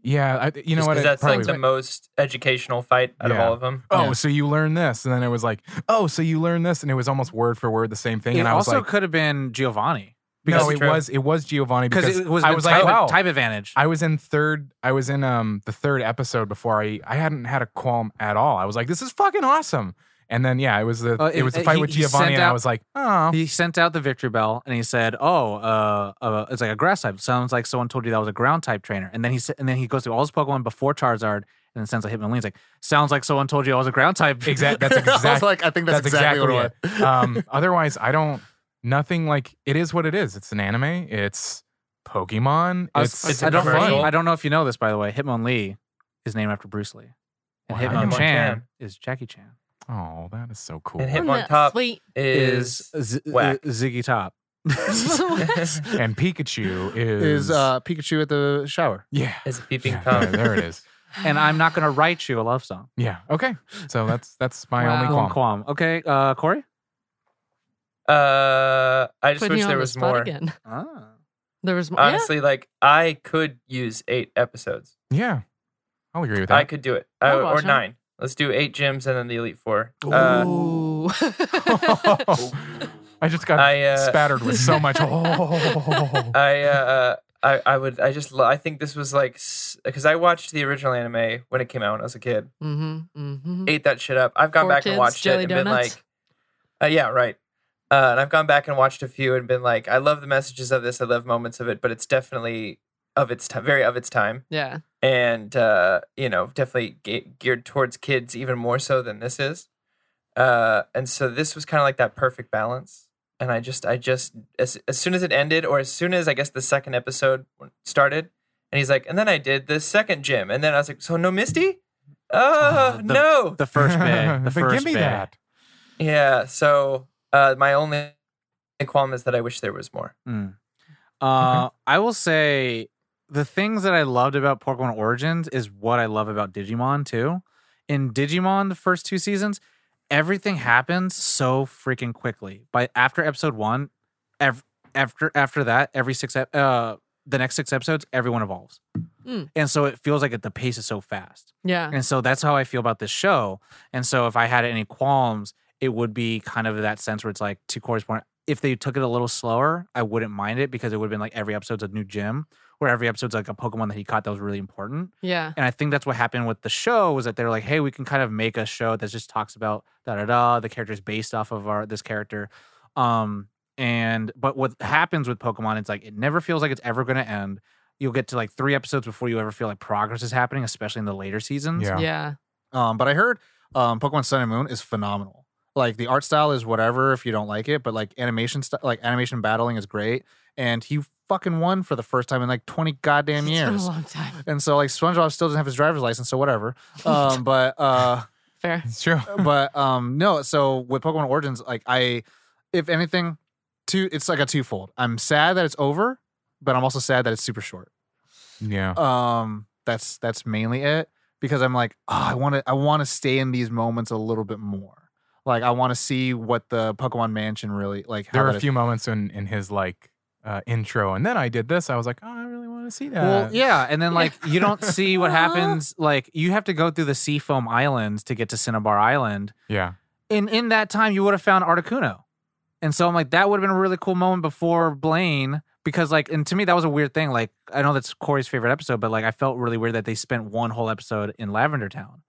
Speaker 5: Yeah, I, you know
Speaker 1: Just
Speaker 5: what?
Speaker 1: 'cause
Speaker 5: it
Speaker 1: That's
Speaker 5: probably-
Speaker 1: like the most educational fight out of
Speaker 5: Yeah.
Speaker 1: all of them.
Speaker 5: oh,
Speaker 6: Yeah.
Speaker 5: so you learn this, and then it was like, oh, so you learn this, and it was almost word for word the same thing.
Speaker 2: It
Speaker 5: and I was
Speaker 2: also
Speaker 5: like,
Speaker 2: could have been Giovanni
Speaker 5: no,
Speaker 1: That's
Speaker 5: it
Speaker 1: true.
Speaker 5: was it was Giovanni
Speaker 2: because
Speaker 5: because
Speaker 2: it was
Speaker 5: I
Speaker 2: the
Speaker 5: was
Speaker 2: type,
Speaker 5: like, wow.
Speaker 2: type advantage.
Speaker 5: I was in third. I was in um the third episode before I I hadn't had a qualm at all. I was like, this is fucking awesome. And then yeah, it was the
Speaker 2: Uh,
Speaker 5: it,
Speaker 2: it-
Speaker 5: was the
Speaker 2: uh,
Speaker 5: fight
Speaker 2: he-
Speaker 5: with
Speaker 2: he
Speaker 5: Giovanni,
Speaker 2: sent
Speaker 5: and I
Speaker 2: out-
Speaker 5: was like, oh,
Speaker 2: he sent out the victory bell and he said, "Oh, uh, uh it's like a grass type. Sounds like someone told you that was a ground type trainer." And then he sa- and then he goes through all his Pokemon before Charizard, and then sends a Hitmonlee. He's like, "Sounds like someone told you I was a ground type."
Speaker 5: Exact- that's exact-
Speaker 6: I was like, I think that's, exactly, what it was.
Speaker 5: it. um, otherwise, I don't. Nothing like it is what it is. It's an anime. It's Pokemon.
Speaker 2: I was-
Speaker 5: It's
Speaker 1: It's
Speaker 2: I
Speaker 1: a
Speaker 2: don't
Speaker 1: commercial.
Speaker 2: I don't know if you know this by the way. Hitmonlee is named after Bruce Lee, and
Speaker 5: Wow.
Speaker 2: Hitmonchan
Speaker 1: Hitmonchan.
Speaker 2: is Jackie Chan.
Speaker 5: oh, that is so cool.
Speaker 1: And hit-
Speaker 5: And,
Speaker 1: Hitmon top.
Speaker 4: Sweet.
Speaker 1: Is
Speaker 2: Z- uh,
Speaker 1: whack.
Speaker 2: Ziggy Top?
Speaker 5: Pikachu is
Speaker 6: Is uh, Pikachu at the shower?
Speaker 5: yeah.
Speaker 1: is a
Speaker 5: Yeah,
Speaker 1: peeping
Speaker 5: there,
Speaker 1: tom.
Speaker 5: there it is.
Speaker 2: and I'm not gonna write you a love song.
Speaker 5: Yeah. Okay. So that's that's my only
Speaker 4: Wow.
Speaker 5: qualm.
Speaker 2: Qualm. Okay, uh, Corey.
Speaker 1: Uh, I just
Speaker 4: Putting
Speaker 1: wish
Speaker 4: you on
Speaker 1: there
Speaker 4: the
Speaker 1: was
Speaker 4: spot
Speaker 1: more. Uh,
Speaker 4: Again.
Speaker 2: Ah.
Speaker 4: There was more.
Speaker 1: Honestly, like I could use eight episodes.
Speaker 5: Yeah, I'll agree with
Speaker 1: I
Speaker 5: that.
Speaker 1: could do it, Uh,
Speaker 4: I'll
Speaker 1: or
Speaker 4: watch 'em.
Speaker 1: nine. Let's do eight gyms and then the elite four. Uh,
Speaker 4: Ooh.
Speaker 5: I just got
Speaker 1: I uh,
Speaker 5: spattered with so much. Oh.
Speaker 1: I uh, I I would I just lo- I think this was like because I watched the original anime when it came out when I was a kid.
Speaker 4: mm-hmm, mm-hmm.
Speaker 1: Ate that shit up. I've gone
Speaker 4: Four
Speaker 1: back
Speaker 4: kids,
Speaker 1: and watched it
Speaker 4: jelly
Speaker 1: and been
Speaker 4: donuts.
Speaker 1: like, uh, yeah, right. Uh, and I've gone back and watched a few and been like, I love the messages of this. I love moments of it, but it's definitely of its time, very of its time,
Speaker 4: Yeah.
Speaker 1: and uh, you know, definitely ge- geared towards kids even more so than this is. Uh, and so this was kind of like that perfect balance. And I just, I just, as, as soon as it ended, or as soon as I guess the second episode started, and he's like, and then I did the second gym, and then I was like, so no Misty? Uh,
Speaker 2: Oh, the-
Speaker 1: no.
Speaker 2: The first bit. The
Speaker 5: But
Speaker 2: first
Speaker 5: give me
Speaker 2: bit.
Speaker 5: that.
Speaker 1: Yeah. So uh, my only qualm is that I wish there was more.
Speaker 2: Mm. Uh, I will say the things that I loved about Pokemon Origins is what I love about Digimon too. In Digimon, the first two seasons, everything happens so freaking quickly. By after episode one, ev- after after that, every six ep- uh the next six episodes, everyone evolves,
Speaker 4: Mm.
Speaker 2: and so it feels like it, the pace is so fast.
Speaker 4: Yeah.
Speaker 2: And so that's how I feel about this show. And so if I had any qualms, it would be kind of that sense where it's like to Corey's point, if they took it a little slower, I wouldn't mind it because it would have been like every episode's a new gym or every episode's like a Pokemon that he caught that was really important.
Speaker 4: Yeah.
Speaker 2: And I think that's what happened with the show was that they're like, hey, we can kind of make a show that just talks about da da da. The character is based off of our this character. Um and but what happens with Pokemon, it's like it never feels like it's ever gonna end. You'll get to like three episodes before you ever feel like progress is happening, especially in the later seasons.
Speaker 5: Yeah.
Speaker 4: Yeah.
Speaker 6: Um, but I heard um, Pokemon Sun and Moon is phenomenal. Like the art style is whatever if you don't like it, but like animation st- like animation battling is great. And he fucking won for the first time in like twenty goddamn
Speaker 4: It's been a
Speaker 6: years.
Speaker 4: long time.
Speaker 6: And so like SpongeBob still doesn't have his driver's license, so whatever. Um, but uh,
Speaker 4: Fair.
Speaker 5: It's true.
Speaker 6: but um, no. So with Pokemon Origins, like I, if anything, two it's like a twofold. I'm sad that it's over, but I'm also sad that it's super short
Speaker 5: Yeah.
Speaker 6: um that's that's mainly it because i'm like "Ah, i want to i want to stay in these moments a little bit more like i want to see what the pokemon mansion really like how
Speaker 5: there were
Speaker 6: that
Speaker 5: a
Speaker 6: is-
Speaker 5: few moments in in his like uh, intro, and then I did this. I was like, oh, I really want to see that.
Speaker 2: Well, yeah, and then
Speaker 4: Yeah.
Speaker 2: like you don't see what
Speaker 4: Aw.
Speaker 2: happens. Like you have to go through the Seafoam Islands to get to Cinnabar Island,
Speaker 5: yeah,
Speaker 2: and in that time you would have found Articuno. And so I'm like, that would have been a really cool moment before Blaine, because like, and to me that was a weird thing. Like I know that's Corey's favorite episode, but like I felt really weird that they spent one whole episode in Lavender Town,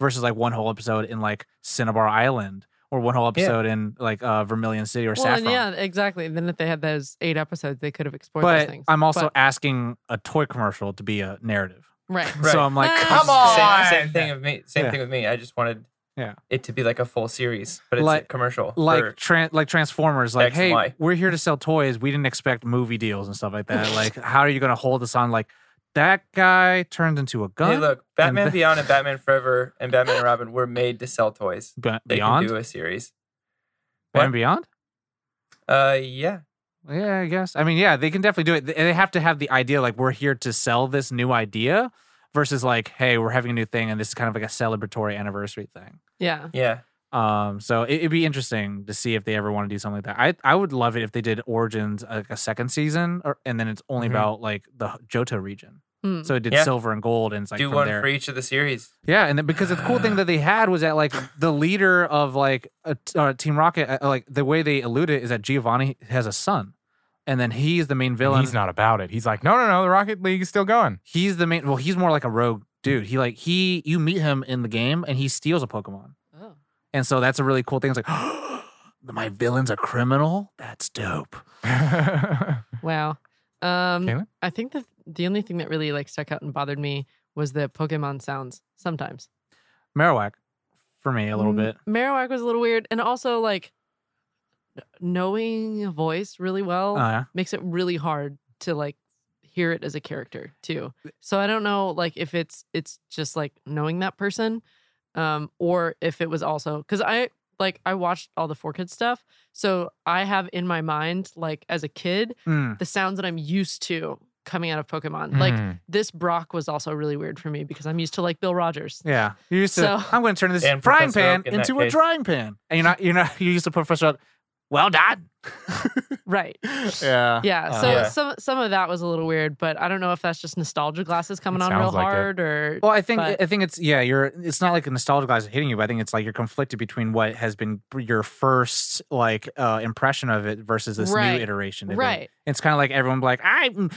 Speaker 2: versus like one whole episode in like Cinnabar Island or one whole
Speaker 1: Yeah.
Speaker 2: episode in like uh, Vermilion City or
Speaker 4: Well, and
Speaker 2: Saffron.
Speaker 4: yeah, exactly. And then if they had those eight episodes, they could have explored those
Speaker 2: but
Speaker 4: things.
Speaker 2: I'm also
Speaker 4: But-
Speaker 2: asking a toy commercial to be a narrative.
Speaker 4: right.
Speaker 1: Right.
Speaker 2: So I'm like,
Speaker 4: Ah.
Speaker 2: come on.
Speaker 4: Come
Speaker 1: Same, same thing with me. Same
Speaker 2: Yeah.
Speaker 1: thing with me. I just wanted
Speaker 2: Yeah.
Speaker 1: it to be like a full series, but it's a
Speaker 2: Like-
Speaker 1: commercial. for-
Speaker 2: like tran like Transformers, like
Speaker 1: X and
Speaker 2: hey,
Speaker 1: Y.
Speaker 2: we're here to sell toys. We didn't expect movie deals and stuff like that. like, how are you going to hold us on? Like that guy turned into a gun.
Speaker 1: Hey, look, Batman
Speaker 2: ba-
Speaker 1: Beyond and Batman Forever and Batman and Robin were made to sell toys.
Speaker 2: Ba-
Speaker 1: They
Speaker 2: beyond
Speaker 1: can do a series.
Speaker 2: Batman
Speaker 1: what?
Speaker 2: Beyond.
Speaker 1: Uh, yeah,
Speaker 2: Yeah, I guess. I mean, yeah, they can definitely do it. They- They have to have the idea like we're here to sell this new idea versus like, hey, we're having a new thing and this is kind of like a celebratory anniversary thing.
Speaker 4: Yeah.
Speaker 1: yeah.
Speaker 2: Um, so it, would be interesting to see if they ever want to do something like that. I I would love it if they did Origins uh, like a second season, or, and then it's only
Speaker 1: Mhm.
Speaker 2: about like the Johto region.
Speaker 4: Hmm.
Speaker 2: So it did
Speaker 1: Yeah.
Speaker 2: silver and gold, and it's like
Speaker 1: Do
Speaker 2: from
Speaker 1: one
Speaker 2: there.
Speaker 1: for each of the series.
Speaker 2: Yeah, and then, because the cool thing that they had was that like the leader of like a, t- uh, Team Rocket, uh, like the way they allude it is that Giovanni has a son, and then he's the main
Speaker 5: And
Speaker 2: villain.
Speaker 5: he's not about it. He's like, no, no, no. The Rocket League is still going.
Speaker 2: He's the main. Well, he's more like a rogue dude. He like he you meet him in the game, and he steals a Pokemon,
Speaker 4: Oh.
Speaker 2: and so that's a really cool thing. It's like my villains are criminal. That's dope.
Speaker 4: Wow. Um,
Speaker 5: Kaylin?
Speaker 4: I think the the only thing that really like stuck out and bothered me was the Pokemon sounds sometimes.
Speaker 2: Marowak, for me a little
Speaker 4: Mm,
Speaker 2: bit.
Speaker 4: Marowak was a little weird, and also like kn- knowing a voice really well
Speaker 2: Oh yeah.
Speaker 4: makes it really hard to like hear it as a character too. So I don't know like if it's it's just like knowing that person um or if it was also cuz I like I watched all the four kids stuff. So I have in my mind like as a kid
Speaker 2: Mm.
Speaker 4: the sounds that I'm used to coming out of Pokemon. Like
Speaker 5: Mm.
Speaker 4: this Brock was also really weird for me because I'm used to like Bill Rogers.
Speaker 2: Yeah, you used to.
Speaker 4: So-
Speaker 2: I'm going to turn this
Speaker 1: And
Speaker 2: frying
Speaker 1: Professor
Speaker 2: pan
Speaker 1: Oak in that
Speaker 2: into a
Speaker 1: case.
Speaker 2: drying pan, and you're not. You're not. You used to Professor. Oak, Well done.
Speaker 4: Right.
Speaker 2: yeah.
Speaker 4: Yeah. So
Speaker 1: Uh, yeah.
Speaker 4: some some of that was a little weird, but I don't know if that's just nostalgia glasses coming
Speaker 5: It
Speaker 4: on
Speaker 5: sounds
Speaker 4: real
Speaker 5: like it.
Speaker 4: hard or
Speaker 2: Well, I think
Speaker 4: But-
Speaker 2: I think it's yeah. You're. It's not like a nostalgia glass hitting you, but I think it's like you're conflicted between what has been your first like uh impression of it versus this
Speaker 4: Right.
Speaker 2: new iteration. of it.
Speaker 4: right.
Speaker 2: It's kind of like everyone be like I, mm,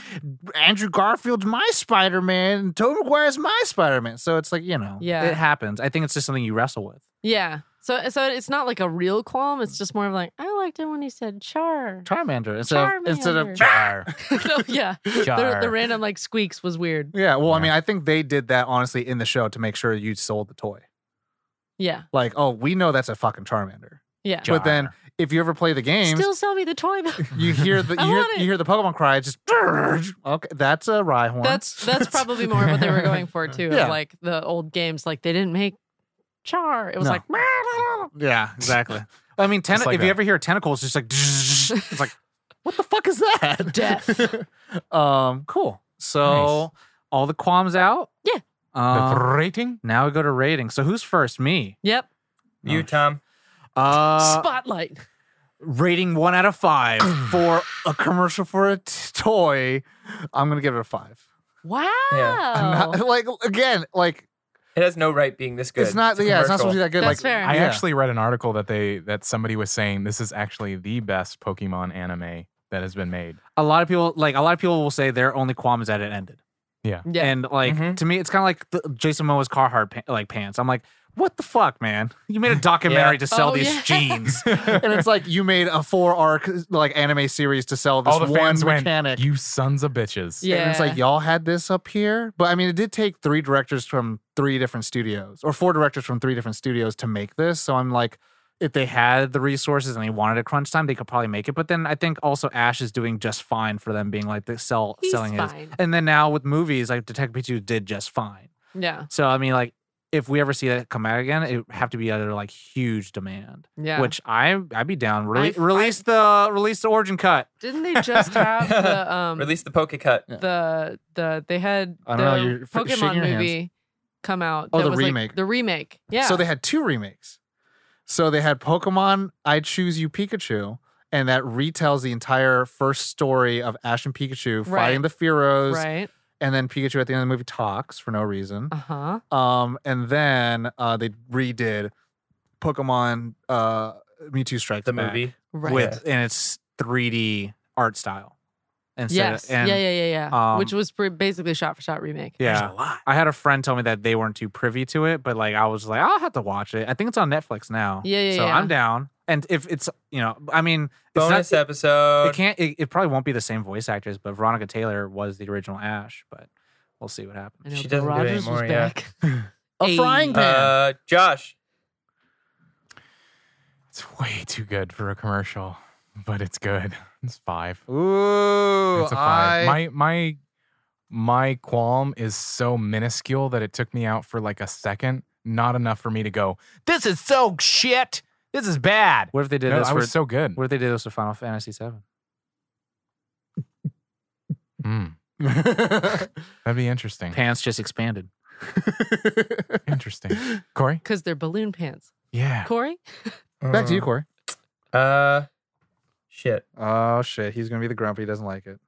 Speaker 2: Andrew Garfield's my Spider Man, Tobey Maguire's my Spider Man. So it's like you know,
Speaker 4: Yeah.
Speaker 2: it happens. I think it's just something you wrestle with.
Speaker 4: Yeah. So so it's not like a real qualm. It's just more of like I liked it when he said char.
Speaker 2: Charmander instead of instead of
Speaker 4: Charmander.
Speaker 2: Char.
Speaker 4: no, yeah. The, the random like squeaks was weird.
Speaker 6: Yeah, well, I
Speaker 5: Yeah.
Speaker 6: mean, I think they did that honestly in the show to make sure you sold the toy.
Speaker 4: Yeah.
Speaker 6: Like, oh, we know that's a fucking Charmander.
Speaker 4: Yeah.
Speaker 6: But then if you ever play the games,
Speaker 4: Still sell me the toy. back.
Speaker 6: you hear the
Speaker 4: I
Speaker 6: you hear,
Speaker 4: want it.
Speaker 6: you hear the Pokemon cry. It's just okay. That's a Rhyhorn.
Speaker 4: That's that's probably more what they were going for too. of,
Speaker 6: Yeah.
Speaker 4: Like the old games, like they didn't make char. It was
Speaker 2: No.
Speaker 4: like
Speaker 2: Yeah, exactly. I mean, ten-
Speaker 5: Just like
Speaker 2: if you
Speaker 5: a-
Speaker 2: ever hear a tentacle, it's just like it's like, what the fuck is that?
Speaker 6: death. um,
Speaker 2: cool. So all the qualms out.
Speaker 4: Yeah.
Speaker 5: The
Speaker 2: Um,
Speaker 5: rating?
Speaker 2: now we go to rating. So who's first? Me.
Speaker 4: Yep.
Speaker 2: Oh,
Speaker 1: You, Tom.
Speaker 2: Uh,
Speaker 4: Spotlight.
Speaker 2: rating one out of five for
Speaker 6: a commercial for a t- toy. I'm gonna give it a five.
Speaker 4: Wow.
Speaker 6: I'm not- like again, like
Speaker 1: It has no right being this good.
Speaker 6: it's not. yeah, it's not supposed to be that good.
Speaker 4: That's
Speaker 6: like
Speaker 4: fair.
Speaker 5: I
Speaker 6: yeah.
Speaker 5: actually read an article that they that somebody was saying this is actually the best Pokemon anime that has been made.
Speaker 2: a lot of people. Like a lot of people will say their only qualm is that it ended.
Speaker 4: yeah.
Speaker 2: And like
Speaker 1: Mhm.
Speaker 2: to me, it's kind of like the, Jason Momoa's Carhartt pa- like pants. I'm like, what the fuck, man? You made a documentary to sell
Speaker 4: Oh,
Speaker 2: these
Speaker 4: yeah.
Speaker 2: jeans.
Speaker 6: and it's like you made a four arc like anime series to sell this
Speaker 5: All the
Speaker 6: one
Speaker 5: fans went,
Speaker 6: mechanic.
Speaker 5: "You sons of bitches!"
Speaker 4: yeah.
Speaker 6: And it's like y'all had this up here, but I mean, it did take three directors from three different studios or four directors from three different studios to make this. So I'm like,
Speaker 2: if they had the resources and they wanted a crunch time, they could probably make it. But then I think also Ash is doing just fine for them being like the sell
Speaker 4: He's
Speaker 2: selling his.
Speaker 4: fine.
Speaker 2: And then now with movies, like Detective Pikachu did just fine.
Speaker 4: Yeah.
Speaker 2: So I mean, like if we ever see that come out again, it would have to be under like huge demand.
Speaker 4: Yeah.
Speaker 2: Which I I'd be down. Rele-
Speaker 4: I-
Speaker 2: release the release the origin cut.
Speaker 4: didn't they just have the um
Speaker 1: Release the Poke Cut.
Speaker 4: the the they had
Speaker 6: I
Speaker 4: the
Speaker 6: don't know, you're f- shaking
Speaker 4: Pokemon
Speaker 6: your hands.
Speaker 4: movie come out.
Speaker 6: Oh,
Speaker 4: that
Speaker 6: the
Speaker 4: was like,
Speaker 6: remake.
Speaker 4: the remake. Yeah.
Speaker 6: so they had two remakes. So they had Pokemon I Choose You Pikachu, and that retells the entire first story of Ash and Pikachu
Speaker 4: Right.
Speaker 6: fighting the Fearows,
Speaker 4: right.
Speaker 6: and then Pikachu at the end of the movie talks for no reason.
Speaker 4: Uh huh.
Speaker 6: Um, and then uh, they redid Pokemon uh, Mewtwo Strikes
Speaker 1: The
Speaker 6: Back.
Speaker 1: movie.
Speaker 4: Right.
Speaker 2: with and it's 3D art style. Instead
Speaker 4: yes.
Speaker 2: of, and
Speaker 4: yeah. Yeah. Yeah. Yeah. Which
Speaker 2: um,
Speaker 4: was pre- basically shot for shot remake.
Speaker 2: yeah. I had a friend tell me that they weren't too privy to it, but like I was like, I'll have to watch it. I think it's on Netflix now.
Speaker 4: Yeah, yeah,
Speaker 2: So
Speaker 4: yeah.
Speaker 2: I'm down. And if it's you know, I mean, it's
Speaker 1: Bonus
Speaker 2: not,
Speaker 1: episode.
Speaker 2: it, it can't. It, it probably won't be the same voice actors, but Veronica Taylor was the original Ash. But we'll see what happens.
Speaker 4: I know
Speaker 1: She
Speaker 4: Bill
Speaker 1: doesn't do it
Speaker 4: Rogers was
Speaker 1: anymore, yeah.
Speaker 4: back.
Speaker 6: A
Speaker 4: Hey.
Speaker 6: frying pan.
Speaker 1: uh, Josh.
Speaker 5: It's way too good for a commercial, but it's good. It's five.
Speaker 6: Ooh,
Speaker 5: It's a
Speaker 6: I-
Speaker 5: five. My my my qualm is so minuscule that it took me out for like a second. Not enough for me to go. This is so shit. This is bad.
Speaker 2: What if they did
Speaker 5: No,
Speaker 2: this?
Speaker 5: I
Speaker 2: For,
Speaker 5: was so good.
Speaker 2: what if they did this for Final Fantasy Seven?
Speaker 5: Mm, that'd be interesting.
Speaker 2: Pants just expanded.
Speaker 5: Interesting. Corey.
Speaker 4: Because they're balloon pants.
Speaker 5: Yeah.
Speaker 4: Corey?
Speaker 6: Back to you, Corey.
Speaker 1: Uh, shit.
Speaker 6: Oh shit, he's gonna be the grumpy. He doesn't like it.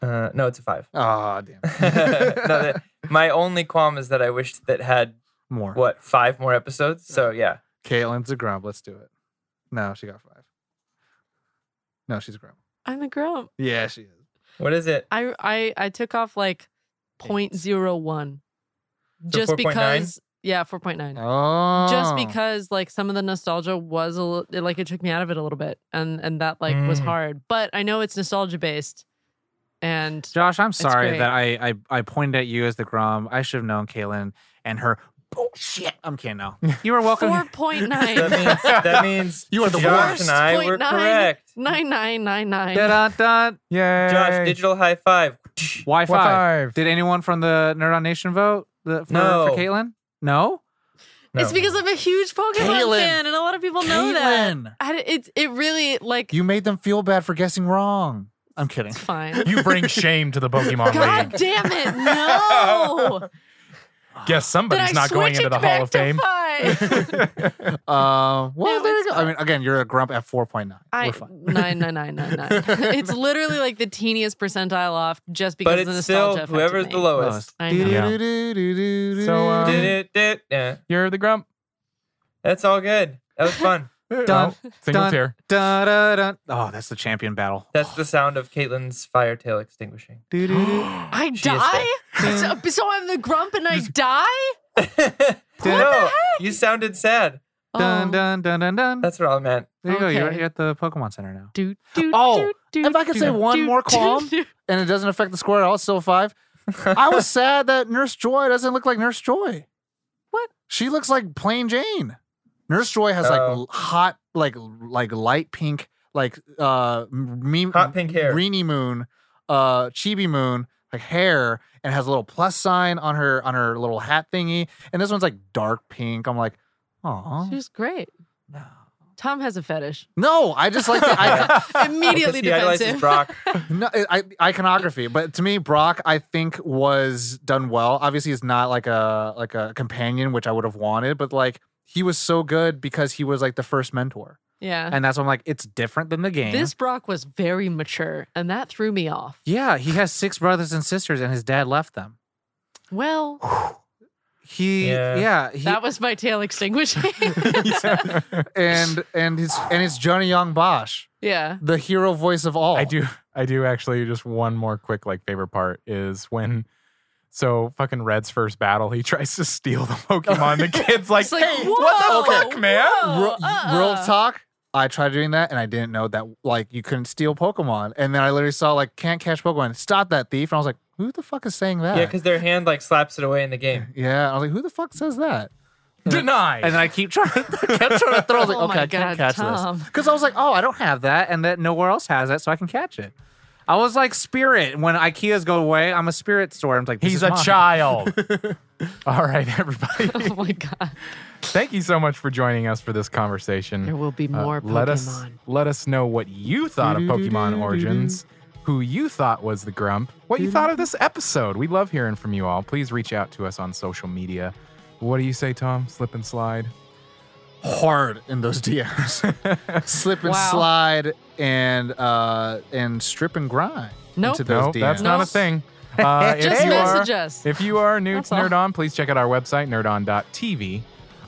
Speaker 1: Uh, no, it's a five.
Speaker 6: Ah, damn.
Speaker 1: no, that, my only qualm is that I wished that had
Speaker 6: More.
Speaker 1: what five more episodes. So yeah,
Speaker 6: Caitlin's a grump. Let's do it. No, she got five. No, she's a grump.
Speaker 4: I'm the grump.
Speaker 6: Yeah, she is.
Speaker 1: what is it?
Speaker 4: I I I took off like 0.01
Speaker 1: So
Speaker 4: just
Speaker 1: 4.9?
Speaker 4: because yeah, 4.9.
Speaker 6: Oh,
Speaker 4: Just because like some of the nostalgia was a little like it took me out of it a little bit and and that like was
Speaker 1: Mm.
Speaker 4: hard. But I know it's nostalgia based. And
Speaker 2: Josh, I'm
Speaker 4: great.
Speaker 2: sorry that I, I I pointed at you as the grum. I should have known Kaylin and her bullshit. I'm kidding now. You are welcome.
Speaker 4: 4.9.
Speaker 1: That means that means
Speaker 2: You are the
Speaker 1: Josh
Speaker 2: worst.
Speaker 1: and I were
Speaker 4: 0.9.
Speaker 1: correct.
Speaker 4: 9999.
Speaker 2: Da, da, da.
Speaker 5: Yeah.
Speaker 1: Josh, digital high five.
Speaker 2: Why five?
Speaker 5: five.
Speaker 2: Did anyone from the Nerd on Nation vote the, for,
Speaker 1: No.
Speaker 2: for Caitlin? No?
Speaker 4: It's
Speaker 1: No.
Speaker 4: because I'm a huge Pokemon
Speaker 2: Caitlyn.
Speaker 4: fan and a lot of people know that.
Speaker 2: Caitlyn.
Speaker 4: I, it, it really like
Speaker 2: You made them feel bad for guessing wrong. I'm kidding.
Speaker 4: it's fine.
Speaker 5: You bring shame to the Pokemon
Speaker 4: God
Speaker 5: League.
Speaker 4: damn it! No,
Speaker 5: Guess
Speaker 4: then I
Speaker 5: somebody's not going
Speaker 4: switch
Speaker 5: into
Speaker 4: it
Speaker 5: the
Speaker 4: back
Speaker 5: Hall of
Speaker 4: to
Speaker 5: Fame.
Speaker 4: five.
Speaker 6: Uh, well,
Speaker 4: No,
Speaker 6: there you
Speaker 4: it's
Speaker 6: go. I mean, again, you're a grump at 4.9.
Speaker 4: I
Speaker 6: We're fine.
Speaker 4: nine nine nine nine nine. It's literally like the teeniest percentile off, just because
Speaker 1: But
Speaker 4: of the
Speaker 1: it's
Speaker 4: nostalgia.
Speaker 1: still
Speaker 4: affected
Speaker 1: whoever's
Speaker 4: me.
Speaker 1: the lowest.
Speaker 4: I know.
Speaker 5: Yeah.
Speaker 6: Do-do-do-do-do-do.
Speaker 5: So, uh,
Speaker 2: Um,
Speaker 1: Did it, did it, yeah.
Speaker 5: You're the grump.
Speaker 1: That's all good. That was fun.
Speaker 2: Dun,
Speaker 5: Oh, single
Speaker 2: dun.
Speaker 5: tier.
Speaker 2: Da, da, da. Oh, that's the champion battle.
Speaker 1: That's the sound of Caitlin's fire tail extinguishing.
Speaker 2: Do, do, do.
Speaker 4: I
Speaker 1: She is
Speaker 4: die. So, so I'm the grump and I die.
Speaker 1: no, you sounded sad.
Speaker 2: Dun,
Speaker 4: Oh.
Speaker 2: dun, dun, dun, dun.
Speaker 1: That's what I meant.
Speaker 2: There you go. You're,
Speaker 4: Okay.
Speaker 2: you're at the Pokemon Center now.
Speaker 4: Do, do,
Speaker 2: Oh,
Speaker 4: do, do,
Speaker 6: if I could
Speaker 4: do,
Speaker 6: say one
Speaker 4: do,
Speaker 6: more
Speaker 4: do,
Speaker 6: qualm.
Speaker 4: do.
Speaker 6: And it doesn't affect the score at all. It's still a five. I was sad that Nurse Joy doesn't look like Nurse Joy.
Speaker 4: What?
Speaker 6: She looks like plain Jane. Nurse Joy has like
Speaker 1: Oh.
Speaker 6: l- hot, like like light pink, like uh me
Speaker 1: Hot pink hair.
Speaker 6: Greeny Moon, uh Chibi Moon, like hair, and has a little plus sign on her on her little hat thingy. And this one's like dark pink. I'm like, oh
Speaker 4: She was great.
Speaker 6: no.
Speaker 4: Tom has a fetish.
Speaker 6: No, I just like the icon-
Speaker 4: Immediately
Speaker 1: Because Oh, he idolizes
Speaker 4: defensive.
Speaker 1: Brock.
Speaker 6: no, I, I- iconography, but to me, Brock, I think was done well. Obviously, he's not like a like a companion, which I would have wanted, but like he was so good because he was like the first mentor,
Speaker 4: Yeah.
Speaker 2: And that's why I'm like, it's different than the game.
Speaker 4: Uh-huh. This Brock was very mature, and that threw me off.
Speaker 2: yeah, he has six brothers and sisters, and his dad left them.
Speaker 4: Well,
Speaker 2: He,
Speaker 1: Yeah.
Speaker 2: yeah, he,
Speaker 4: that was my tail extinguishing.
Speaker 6: and and his and it's Johnny Young Bosch,
Speaker 4: yeah.
Speaker 6: the hero voice of all.
Speaker 5: I do. I do actually. Just one more quick like favorite part is when. So fucking Red's first battle, he tries to steal the Pokemon. the kid's like,
Speaker 4: It's like,
Speaker 5: "Hey,
Speaker 4: whoa,
Speaker 5: what the fuck, man?
Speaker 4: whoa,
Speaker 6: Real,
Speaker 4: uh-uh.
Speaker 6: real talk. I tried doing that, and I didn't know that like you couldn't steal Pokemon, and then I literally saw like can't catch Pokemon, stop that thief, and I was like, who the fuck is saying that?
Speaker 1: Yeah, because their hand like slaps it away in the game.
Speaker 6: yeah, I was like, who the fuck says that?
Speaker 5: Deny.
Speaker 2: and I keep trying, kept trying to throw. I was like,
Speaker 4: Oh
Speaker 2: okay,
Speaker 4: my
Speaker 2: I can't
Speaker 4: God,
Speaker 2: catch
Speaker 4: Tom.
Speaker 2: this because I was like, oh, I don't have that, and that nowhere else has it, so I can catch it. I was like spirit when IKEAs go away. I'm a spirit store. I'm like, this is
Speaker 5: He's a
Speaker 2: mine.
Speaker 5: child. All right, everybody.
Speaker 4: Oh my God.
Speaker 5: Thank you so much for joining us for this conversation.
Speaker 4: There will be
Speaker 5: Uh,
Speaker 4: more Pokemon.
Speaker 5: let us let us know what you thought of Pokemon Origins, who you thought was the grump, what you thought of this episode. We love hearing from you all. Please reach out to us on social media. What do you say, Tom? Slip and slide.
Speaker 6: hard in those DMs. Slip and
Speaker 4: Wow.
Speaker 6: slide and uh and strip and grind.
Speaker 4: Nope.
Speaker 6: Into those
Speaker 5: No,
Speaker 6: DMs.
Speaker 5: that's not a
Speaker 4: Nope.
Speaker 5: thing. Uh, if
Speaker 4: Just
Speaker 5: you
Speaker 4: message
Speaker 5: are,
Speaker 4: us.
Speaker 5: If you are new
Speaker 4: That's
Speaker 5: to
Speaker 4: all.
Speaker 5: Nerd On, please check out our website, nerdon.tv.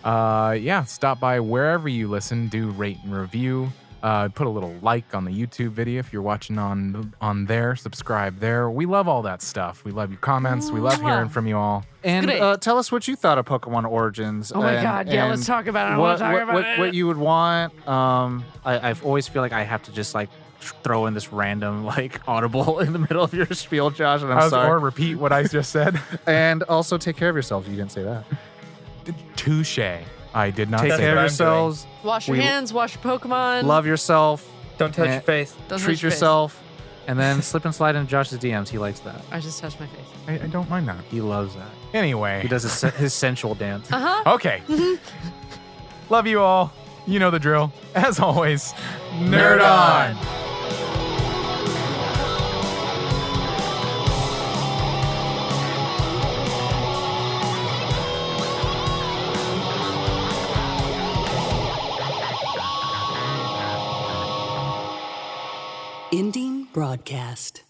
Speaker 5: Uh, yeah, stop by wherever you listen. Do rate and review. Uh, put a little like on the YouTube video if you're watching on on there. Subscribe there. We love all that stuff. We love your comments. We love hearing from you all.
Speaker 6: And
Speaker 4: Great.
Speaker 6: uh, tell us what you thought of Pokemon Origins.
Speaker 4: Oh my
Speaker 6: and-
Speaker 4: God. Yeah, let's
Speaker 6: and
Speaker 4: talk about it. I
Speaker 6: What,
Speaker 4: want to talk
Speaker 6: what,
Speaker 4: about
Speaker 6: what,
Speaker 4: it.
Speaker 6: what you would want. Um,
Speaker 2: I, I've always feel like I have to just like throw in this random like audible in the middle of your
Speaker 6: spiel, Josh, and
Speaker 5: I
Speaker 6: I'm
Speaker 5: was-
Speaker 6: sorry.
Speaker 5: Or repeat what I just said.
Speaker 6: and also take care of yourselves. You didn't say that.
Speaker 5: Touche. I did not
Speaker 2: Take
Speaker 5: say
Speaker 1: That's what
Speaker 2: care of
Speaker 1: I'm
Speaker 5: that.
Speaker 2: yourselves.
Speaker 4: wash your
Speaker 2: we-
Speaker 4: hands, wash your Pokemon.
Speaker 2: Love yourself.
Speaker 1: Don't touch
Speaker 2: Eh.
Speaker 1: your face.
Speaker 4: Don't touch
Speaker 6: Treat
Speaker 4: your face.
Speaker 6: yourself.
Speaker 2: And then slip and slide into Josh's DMs. He likes that.
Speaker 4: I just touched my face.
Speaker 5: I, I don't mind that.
Speaker 2: He loves that.
Speaker 5: Anyway.
Speaker 2: He does his, his sensual dance.
Speaker 4: Uh huh.
Speaker 5: Okay. Love you all. You know the drill. As always, nerd, on.
Speaker 9: Ending broadcast.